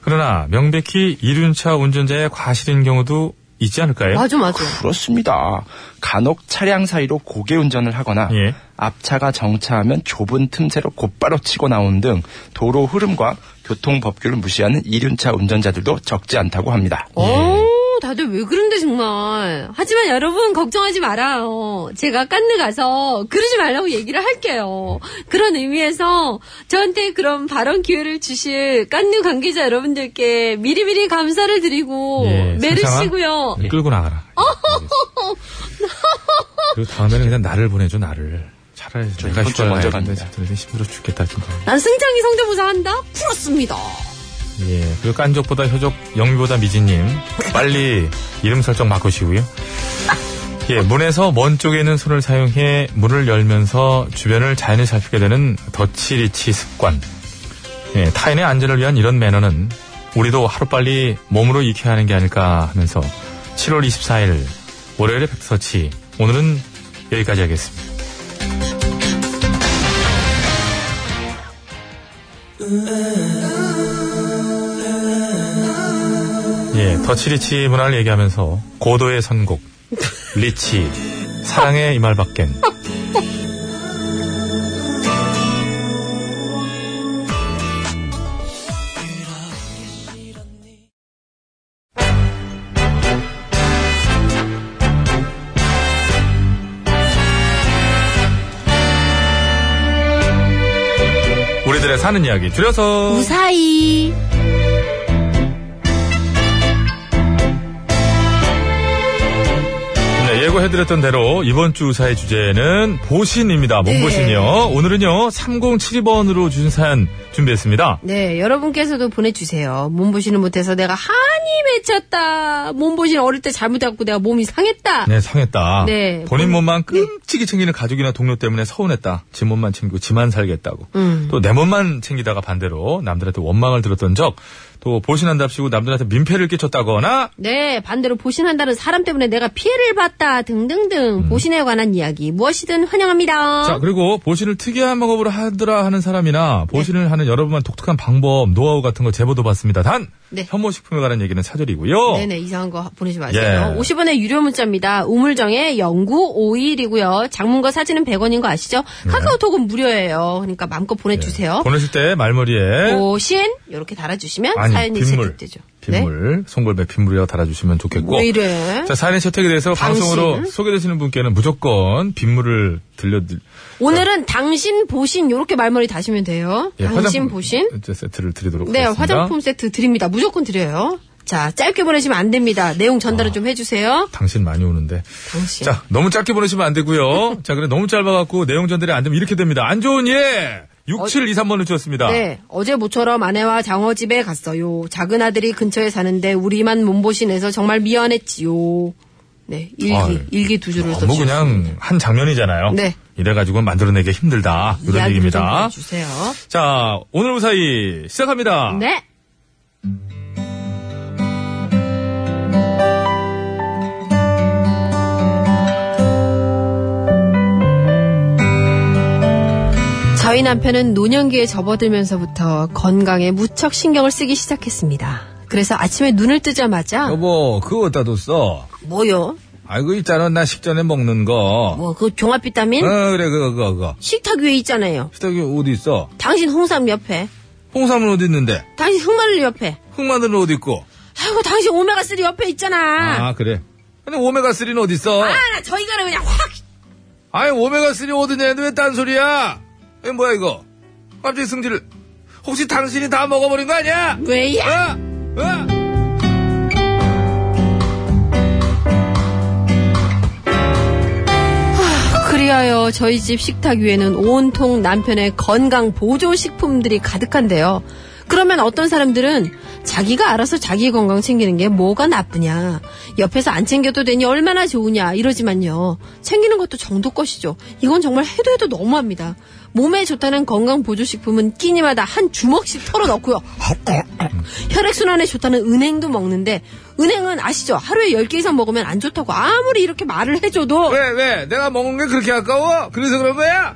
Speaker 4: 그러나 명백히 이륜차 운전자의 과실인 경우도 있지 않을까요?
Speaker 1: 맞아, 맞아. 그렇습니다. 간혹 차량 사이로 고개 운전을 하거나
Speaker 4: 예.
Speaker 1: 앞차가 정차하면 좁은 틈새로 곧바로 치고 나온 등 도로 흐름과 교통 법규를 무시하는 이륜차 운전자들도 적지 않다고 합니다.
Speaker 2: 어, 다들 왜 그런데, 정말. 하지만 여러분, 걱정하지 말아요. 제가 깐느 가서 그러지 말라고 얘기를 할게요. 그런 의미에서 저한테 그런 발언 기회를 주실 깐느 관계자 여러분들께 미리미리 감사를 드리고,
Speaker 4: 예,
Speaker 2: 메르시고요.
Speaker 4: 네, 끌고 나가라.
Speaker 2: 예, 어허허허.
Speaker 4: 그리고 다음에는 그냥 나를 보내줘, 나를. 차라리 내가
Speaker 1: 이번 주
Speaker 4: 휴가를
Speaker 1: 먼저
Speaker 4: 가야 되는데 진짜 힘들어 죽겠다, 진짜.
Speaker 2: 난 승창이 성대모사 한다? 풀었습니다.
Speaker 4: 예, 그리고 깐족보다 효족, 영미보다 미진님. 빨리 이름 설정 바꾸시고요. 예, 문에서 먼 쪽에 있는 손을 사용해 문을 열면서 주변을 자연히 살피게 되는 더치리치 습관. 예, 타인의 안전을 위한 이런 매너는 우리도 하루빨리 몸으로 익혀야 하는 게 아닐까 하면서 7월 24일 월요일의 팩트서치 오늘은 여기까지 하겠습니다. 예, 더치리치 문화를 얘기하면서 고도의 선곡, 리치, 사랑의 이 말밖엔 이들의 사는 이야기 줄여서
Speaker 16: 무사히.
Speaker 4: 네, 예고해드렸던 대로 이번 주 사의 주제는 보신입니다. 몸보신이요. 오늘은요 3072번으로 주신 사연 준비했습니다.
Speaker 2: 네, 여러분께서도 보내주세요. 몸보신을 못해서 내가 한이 맺혔다. 몸보신 어릴 때 잘못해갖고 내가 몸이 상했다.
Speaker 4: 네 상했다.
Speaker 2: 네,
Speaker 4: 본인 몸만 끔찍이 챙기는 가족이나 동료 때문에 서운했다. 지 몸만 챙기고 지만 살겠다고.
Speaker 2: 음.
Speaker 4: 또 내 몸만 챙기다가 반대로 남들한테 원망을 들었던 적. 또 보신한답시고 남들한테 민폐를 끼쳤다거나
Speaker 2: 네, 반대로 보신한다는 사람 때문에 내가 피해를 봤다 등등등 보신에 관한 이야기 무엇이든 환영합니다.
Speaker 4: 음. 자, 그리고 보신을 특이한 방법으로 하더라 하는 사람이나
Speaker 2: 네.
Speaker 4: 보신을 하는 여러분만 독특한 방법, 노하우 같은 거 제보도 받습니다. 단,
Speaker 2: 네.
Speaker 4: 현모식품에 관한 얘기는 사절이고요.
Speaker 2: 네네 이상한 거 보내지 마세요.
Speaker 4: 예.
Speaker 2: 50원의 유료 문자입니다. 우물정의 0951이고요. 장문과 사진은 100원인 거 아시죠?
Speaker 4: 네.
Speaker 2: 카카오톡은 무료예요. 그러니까 마음껏 보내주세요.
Speaker 4: 예. 보내실 때 말머리에
Speaker 2: 보신 이렇게 달아주시면
Speaker 4: 아니,
Speaker 2: 사연이
Speaker 4: 빗물.
Speaker 2: 채택되죠. 네.
Speaker 4: 빗물, 송골매 빗물이라고 달아주시면 좋겠고.
Speaker 2: 왜 이래?
Speaker 4: 자, 사연의 채택에 대해서
Speaker 2: 당신?
Speaker 4: 방송으로 소개되시는 분께는 무조건 빗물을 들려드릴,
Speaker 2: 오늘은 당신 보신 요렇게 말머리 다시면 돼요.
Speaker 4: 예,
Speaker 2: 당신
Speaker 4: 화장품
Speaker 2: 보신.
Speaker 4: 세트를 드리도록
Speaker 2: 네,
Speaker 4: 하겠습니다.
Speaker 2: 화장품 세트 드립니다. 무조건 드려요. 자, 짧게 보내시면 안 됩니다. 내용
Speaker 4: 아.
Speaker 2: 전달을 좀 해주세요.
Speaker 4: 당신 많이 오는데.
Speaker 2: 당신.
Speaker 4: 자, 너무 짧게 보내시면 안 되고요. 자, 그래 너무 짧아갖고 내용 전달이 안 되면 이렇게 됩니다. 안 좋은 예! 6723번을 주셨습니다.
Speaker 2: 네, 어제 모처럼 아내와 장어 집에 갔어요. 작은 아들이 근처에 사는데 우리만 몸보신해서 정말 미안했지요. 네, 일기
Speaker 4: 아유,
Speaker 2: 일기 두 줄을
Speaker 4: 너무 그냥 한 장면이잖아요.
Speaker 2: 네.
Speaker 4: 이래가지고 만들어내기 힘들다. 이런
Speaker 2: 이야기를 좀
Speaker 4: 얘기입니다.
Speaker 2: 보내주세요.
Speaker 4: 자, 오늘 무사히 시작합니다.
Speaker 2: 네. 저희 남편은 노년기에 접어들면서부터 건강에 무척 신경을 쓰기 시작했습니다. 그래서 아침에 눈을 뜨자마자
Speaker 1: 여보, 그거 어디다 뒀어?
Speaker 2: 뭐요?
Speaker 1: 아이고, 있잖아. 나 식전에 먹는 거.
Speaker 2: 뭐 그 종합 비타민
Speaker 1: 어, 그래, 그거, 그거, 그거.
Speaker 2: 식탁 위에 있잖아요.
Speaker 1: 식탁이 어디 있어?
Speaker 2: 당신 홍삼 옆에,
Speaker 1: 홍삼은 어디 있는데?
Speaker 2: 당신 흑마늘 옆에.
Speaker 1: 흑마늘은 어디 있고?
Speaker 2: 아이고 당신 오메가 3 옆에 있잖아.
Speaker 1: 아, 그래. 근데 오메가3는 어디 있어?
Speaker 2: 아 나 저희가를 그냥 확.
Speaker 1: 아니 오메가3 오드냐는데 왜 딴소리야? 이거 뭐야 이거? 갑자기 승질을 혹시 당신이 다 먹어버린 거 아니야?
Speaker 2: 왜야?
Speaker 1: 어? 어?
Speaker 2: 그리하여 저희 집 식탁 위에는 온통 남편의 건강 보조 식품들이 가득한데요. 그러면 어떤 사람들은 자기가 알아서 자기 건강 챙기는 게 뭐가 나쁘냐. 옆에서 안 챙겨도 되니 얼마나 좋으냐. 이러지만요. 챙기는 것도 정도 것이죠. 이건 정말 해도 해도 너무합니다. 몸에 좋다는 건강 보조 식품은 끼니마다 한 주먹씩 털어 넣고요. 혈액순환에 좋다는 은행도 먹는데 은행은 아시죠? 하루에 10개 이상 먹으면 안 좋다고 아무리 이렇게 말을 해줘도
Speaker 1: 왜 왜? 내가 먹은 게 그렇게 아까워? 그래서 그런 거야?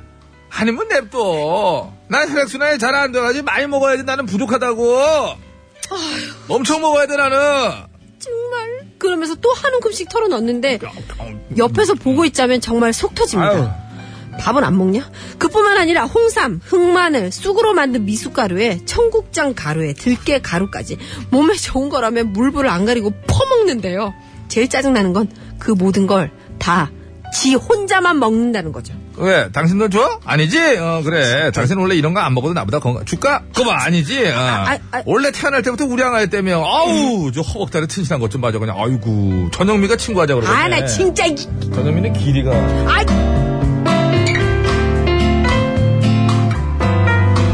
Speaker 1: 아니면 뭐 냅둬. 난 혈액순환이 잘 안 돼가지고 많이 먹어야지 나는 부족하다고. 엄청 먹어야 돼 나는.
Speaker 2: 정말 그러면서 또 한 움큼씩 털어넣는데 옆에서 보고 있자면 정말 속 터집니다. 밥은 안 먹냐? 그뿐만 아니라 홍삼, 흑마늘, 쑥으로 만든 미숫가루에 청국장 가루에 들깨 가루까지 몸에 좋은 거라면 물불을 안 가리고 퍼먹는데요. 제일 짜증나는 건 그 모든 걸 다 지 혼자만 먹는다는 거죠.
Speaker 1: 왜? 당신도 줘? 아니지? 어, 그래. 당신 원래 이런 거 안 먹어도 나보다 건강. 줄까? 그거 봐, 아니지? 어.
Speaker 2: 아, 아.
Speaker 1: 원래 태어날 때부터 우리 아이 때문에, 아우, 저 허벅다리 튼실한 것 좀 봐줘. 그냥, 아이고. 전영미가 친구하자 그러네.
Speaker 2: 아, 나 진짜 이-
Speaker 1: 전영미는 길이가.
Speaker 2: 아이.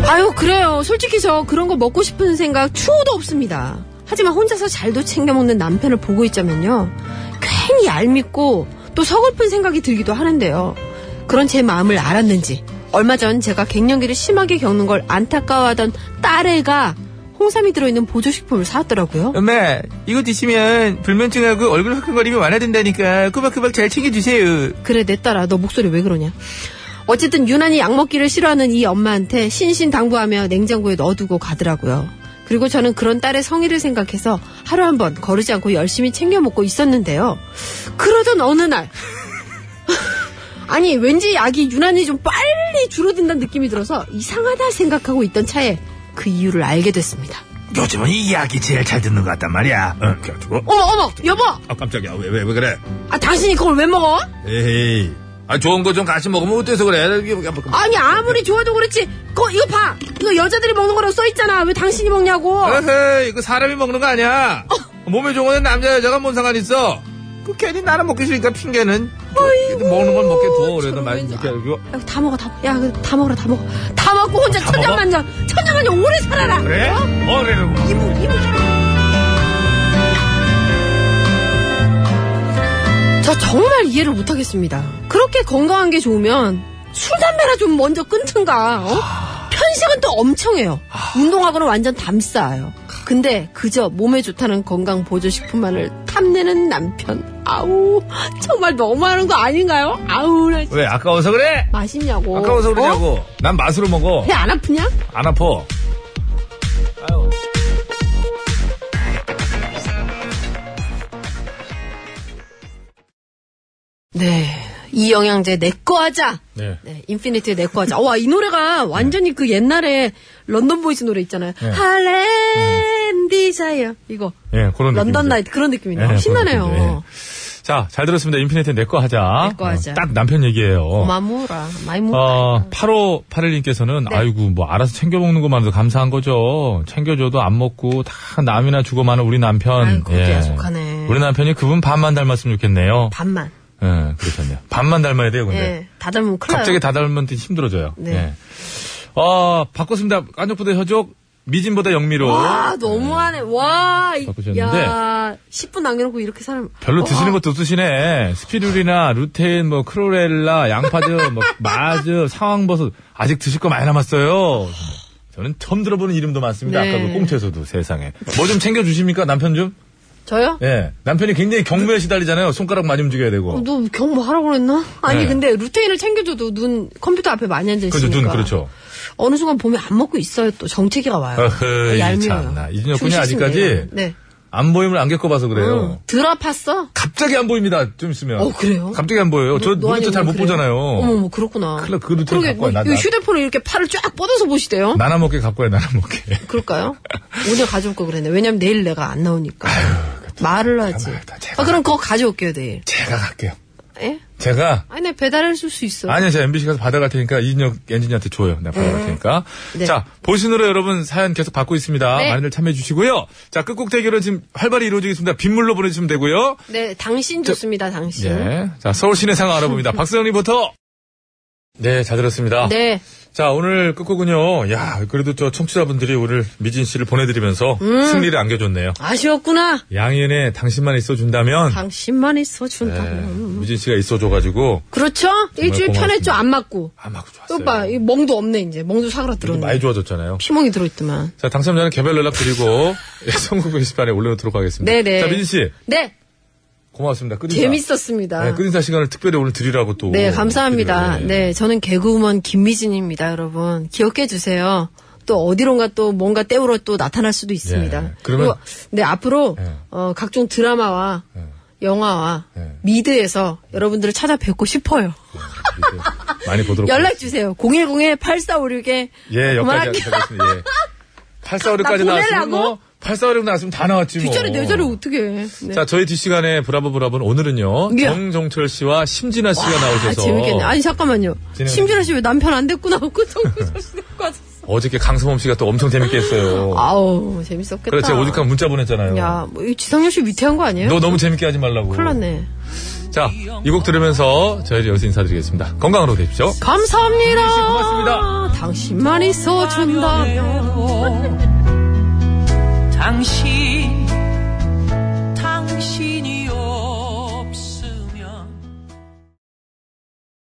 Speaker 2: 아유 그래요 솔직히 저 그런 거 먹고 싶은 생각 추호도 없습니다 하지만 혼자서 잘도 챙겨 먹는 남편을 보고 있자면요 괜히 얄밉고 또 서글픈 생각이 들기도 하는데요 그런 제 마음을 알았는지 얼마 전 제가 갱년기를 심하게 겪는 걸 안타까워하던 딸애가 홍삼이 들어있는 보조식품을 사왔더라고요
Speaker 1: 엄마, 이거 드시면 불면증하고 얼굴 화끈거림이 완화된다니까 꼬박꼬박 잘 챙겨주세요.
Speaker 2: 그래 내 딸아 너 목소리 왜 그러냐 어쨌든 유난히 약 먹기를 싫어하는 이 엄마한테 신신당부하며 냉장고에 넣어두고 가더라고요 그리고 저는 그런 딸의 성의를 생각해서 하루 한 번 거르지 않고 열심히 챙겨 먹고 있었는데요 그러던 어느 날 아니 왠지 약이 유난히 좀 빨리 줄어든다는 느낌이 들어서 이상하다 생각하고 있던 차에 그 이유를 알게 됐습니다
Speaker 1: 요즘은 이 약이 제일 잘 듣는 것 같단 말이야.
Speaker 4: 응, 그래가지고.
Speaker 2: 어머 어머 여보
Speaker 4: 아, 깜짝이야. 왜, 왜, 왜 그래?
Speaker 2: 아 당신이 그걸 왜 먹어?
Speaker 4: 에이. 아, 좋은 거 좀 같이 먹으면 어때서 그래?
Speaker 1: 뭐,
Speaker 2: 아니 아무리 좋아도 그렇지 거 이거 봐 이거 여자들이 먹는 거라고 써있잖아 왜 당신이 먹냐고
Speaker 1: 에헤이, 이거 사람이 먹는 거 아니야. 몸에 좋은 건 남자 여자가 뭔 상관 있어? 그 괜히 나는 먹기 싫으니까 핑계는
Speaker 2: 아이고,
Speaker 1: 먹는 건 먹게 둬. 그래도
Speaker 2: 저런
Speaker 1: 말
Speaker 2: 왠지-
Speaker 1: 이렇게 하고.
Speaker 2: 야, 다 먹어 다 먹어 야다 먹어라 다 먹어 다 먹고 혼자
Speaker 1: 다
Speaker 2: 천년만년 천년만년 오래 살아라
Speaker 1: 그래?
Speaker 2: 예?
Speaker 1: 뭐래는 거?
Speaker 2: 저 정말 이해를 못하겠습니다. 그렇게 건강한 게 좋으면 술 담배나 좀 먼저 끊든가. 어? 편식은 또 엄청 해요. 운동하고는 완전 담쌓아요. 근데 그저 몸에 좋다는 건강 보조 식품만을 탐내는 남편. 아우 정말 너무하는 거 아닌가요? 아우 나 진짜
Speaker 4: 왜 아까워서 그래?
Speaker 2: 맛있냐고. 어?
Speaker 4: 아까워서 그러냐고. 난 맛으로 먹어.
Speaker 2: 배안 아프냐?
Speaker 4: 안 아파.
Speaker 2: 네. 이 영양제 내 거 하자.
Speaker 4: 네.
Speaker 2: 네, 인피니트의 내 거 하자. 와, 이 노래가 완전히 그 옛날에 런던 보이즈 노래 있잖아요.
Speaker 4: 네.
Speaker 2: 할랜 디자이어. 이거.
Speaker 4: 예, 그런
Speaker 2: 런던
Speaker 4: 느낌이죠.
Speaker 2: 나이트 그런 느낌이네요.
Speaker 4: 예, 그런
Speaker 2: 신나네요.
Speaker 4: 느낌이죠. 예. 자, 잘 들었습니다. 인피니트 내꺼 하자.
Speaker 2: 내꺼 하자.
Speaker 4: 어, 딱 남편 얘기예요.
Speaker 2: 마무라, 마이무라.
Speaker 4: 어, 8호 8일님께서는
Speaker 2: 네.
Speaker 4: 아이고 뭐 알아서 챙겨 먹는 것만으로 감사한 거죠. 챙겨줘도 안 먹고 다 남이나 주고 마는 우리 남편. 예.
Speaker 2: 아이고, 계속하네.
Speaker 4: 우리 남편이 그분 반만 닮았으면 좋겠네요.
Speaker 2: 반만.
Speaker 4: 예, 그렇잖아요. 반만 닮아야 돼요, 근데.
Speaker 2: 예, 다 닮으면 큰일 나요.
Speaker 4: 네. 갑자기 다 닮으면 또 힘들어져요.
Speaker 2: 네.
Speaker 4: 예. 어, 바꿨습니다. 안쪽보다 혀족, 미진보다 영미로.
Speaker 2: 와, 너무하네. 와, 이-
Speaker 4: 바꾸셨는데.
Speaker 2: 야, 10분 남겨놓고 이렇게 사람. 어, 아,
Speaker 4: 별로 드시는 것도 없으시네. 스피룰이나 루테인, 뭐 크로렐라, 양파즙, 뭐 마즙, 상황버섯 아직 드실 거 많이 남았어요. 저는 처음 들어보는 이름도 많습니다.
Speaker 2: 네.
Speaker 4: 아까 그 꽁트에서도 세상에. 뭐 좀 챙겨주십니까 남편 좀?
Speaker 2: 저요?
Speaker 4: 예. 남편이 굉장히 경무에 시달리잖아요. 손가락 많이 움직여야 되고.
Speaker 2: 어, 너 경뭐 하라고 그랬나? 아니
Speaker 4: 네.
Speaker 2: 근데 루테인을 챙겨줘도 눈 컴퓨터 앞에 많이 앉아
Speaker 4: 그죠,
Speaker 2: 있으니까.
Speaker 4: 눈, 그렇죠.
Speaker 2: 어느 순간 보면 안 먹고 있어요. 또 정체기가 와요.
Speaker 4: 어허, 이 참나. 이준혁 군이 아직까지
Speaker 2: 네.
Speaker 4: 안 보임을 안 겪어봐서 그래요.
Speaker 2: 덜 아팠어?
Speaker 4: 갑자기 안 보입니다. 좀 있으면.
Speaker 2: 어, 그래요?
Speaker 4: 갑자기 안 보여요. 저
Speaker 2: 노- 노안이
Speaker 4: 눈도 잘 못
Speaker 2: 그래요?
Speaker 4: 보잖아요.
Speaker 2: 어머, 머 그렇구나.
Speaker 4: 큰일 나, 그 루테인
Speaker 2: 그러게,
Speaker 4: 갖고 와. 나-
Speaker 2: 이
Speaker 4: 나-
Speaker 2: 휴대폰을 이렇게 팔을 쫙 뻗어서 보시대요.
Speaker 4: 나눠 먹게 갖고 해, 나눠 먹게.
Speaker 2: 그럴까요? 오늘 가져올 걸 그랬네. 왜냐면 내일 내가 안 나오니까. 말을 하지. 아, 그럼 그거 가져올게요, 내일.
Speaker 4: 제가 갈게요.
Speaker 2: 예?
Speaker 4: 제가
Speaker 2: 아니, 나 배달을 쓸 수 있어.
Speaker 4: 아니요, 제가 MBC 가서 받아갈 테니까 이진혁 엔지니어한테 줘요. 내가 받아갈
Speaker 2: 네.
Speaker 4: 테니까.
Speaker 2: 네.
Speaker 4: 자, 보신으로 여러분 사연 계속 받고 있습니다.
Speaker 2: 네.
Speaker 4: 많이들 참여해 주시고요. 자, 끝곡 대결은 지금 활발히 이루어지고 있습니다. 빗물로 보내주시면 되고요.
Speaker 2: 네, 당신 좋습니다, 당신.
Speaker 4: 예. 자, 서울 시내 상황 알아봅니다. 박서영 리포터. 네, 잘 들었습니다.
Speaker 2: 네.
Speaker 4: 자, 오늘 끝곡은요. 야, 그래도 저 청취자분들이 오늘 미진 씨를 보내드리면서
Speaker 2: 음.
Speaker 4: 승리를 안겨줬네요.
Speaker 2: 아쉬웠구나.
Speaker 4: 양희은의 당신만 있어준다면 네,
Speaker 2: 당신만 음. 있어준다면.
Speaker 4: 미진 씨가 있어줘가지고 아,
Speaker 2: 그렇죠? 일주일 편했죠, 안 맞고.
Speaker 4: 안 맞고
Speaker 2: 좋았어요. 또 봐, 이 멍도 없네, 이제. 멍도 사그라들었네.
Speaker 4: 많이 좋아졌잖아요.
Speaker 2: 피멍이 들어있더만.
Speaker 4: 자, 당첨자는 개별 연락 드리고 예, 선곡 게시판에 올려놓도록 하겠습니다.
Speaker 2: 네네.
Speaker 4: 자, 민진 씨
Speaker 2: 네,
Speaker 4: 고맙습니다. 끝인사.
Speaker 2: 재밌었습니다.
Speaker 4: 네, 끝인사 시간을 특별히 오늘 드리라고 또.
Speaker 2: 네, 감사합니다.
Speaker 4: 드리네.
Speaker 2: 네, 저는 개그우먼 김미진입니다, 여러분. 기억해 주세요. 또 어디론가 또 뭔가 때우러 또 나타날 수도 있습니다.
Speaker 4: 예, 그러면- 예.
Speaker 2: 리고 네, 앞으로 어, 각종 드라마와 영화와 미드에서 여러분들을 찾아뵙고 싶어요.
Speaker 4: 많이 보도록.
Speaker 2: 연락 주세요. 010-8456에
Speaker 4: 예, 여기까지 하겠습니다. 예. 8456까지
Speaker 2: 나
Speaker 4: 나왔으면 뭐
Speaker 2: 보내려고?
Speaker 4: 8456 나왔으면 다 나왔지 뭐.
Speaker 2: 뒷자리 내 자리 어떻게 해. 네.
Speaker 4: 자, 저희 뒷시간에 브라보 브라보는 오늘은요.
Speaker 2: 예.
Speaker 4: 정종철 씨와 심진아 씨가
Speaker 2: 아,
Speaker 4: 나오셔서
Speaker 2: 재밌겠네. 아니 잠깐만요.
Speaker 4: 진행을-
Speaker 2: 심준아 씨 왜 남편 안 됐구나 하고 정말 씨 데리고 와서.
Speaker 4: 어저께 강성범 씨가 또 엄청 재밌게 했어요.
Speaker 2: 아우 재밌었겠다.
Speaker 4: 그래 제가 오직한 문자 보냈잖아요.
Speaker 2: 야, 뭐이 지상렬 씨 위태한 거 아니에요?
Speaker 4: 너 너무 재밌게 하지 말라고.
Speaker 2: 큰일 났네.
Speaker 4: 자, 이 곡 들으면서 저희는 여기서 인사드리겠습니다. 건강으로 되십시오. 네,
Speaker 2: 감사합니다. 고맙습니다. 당신만 있어준다면.
Speaker 15: 당신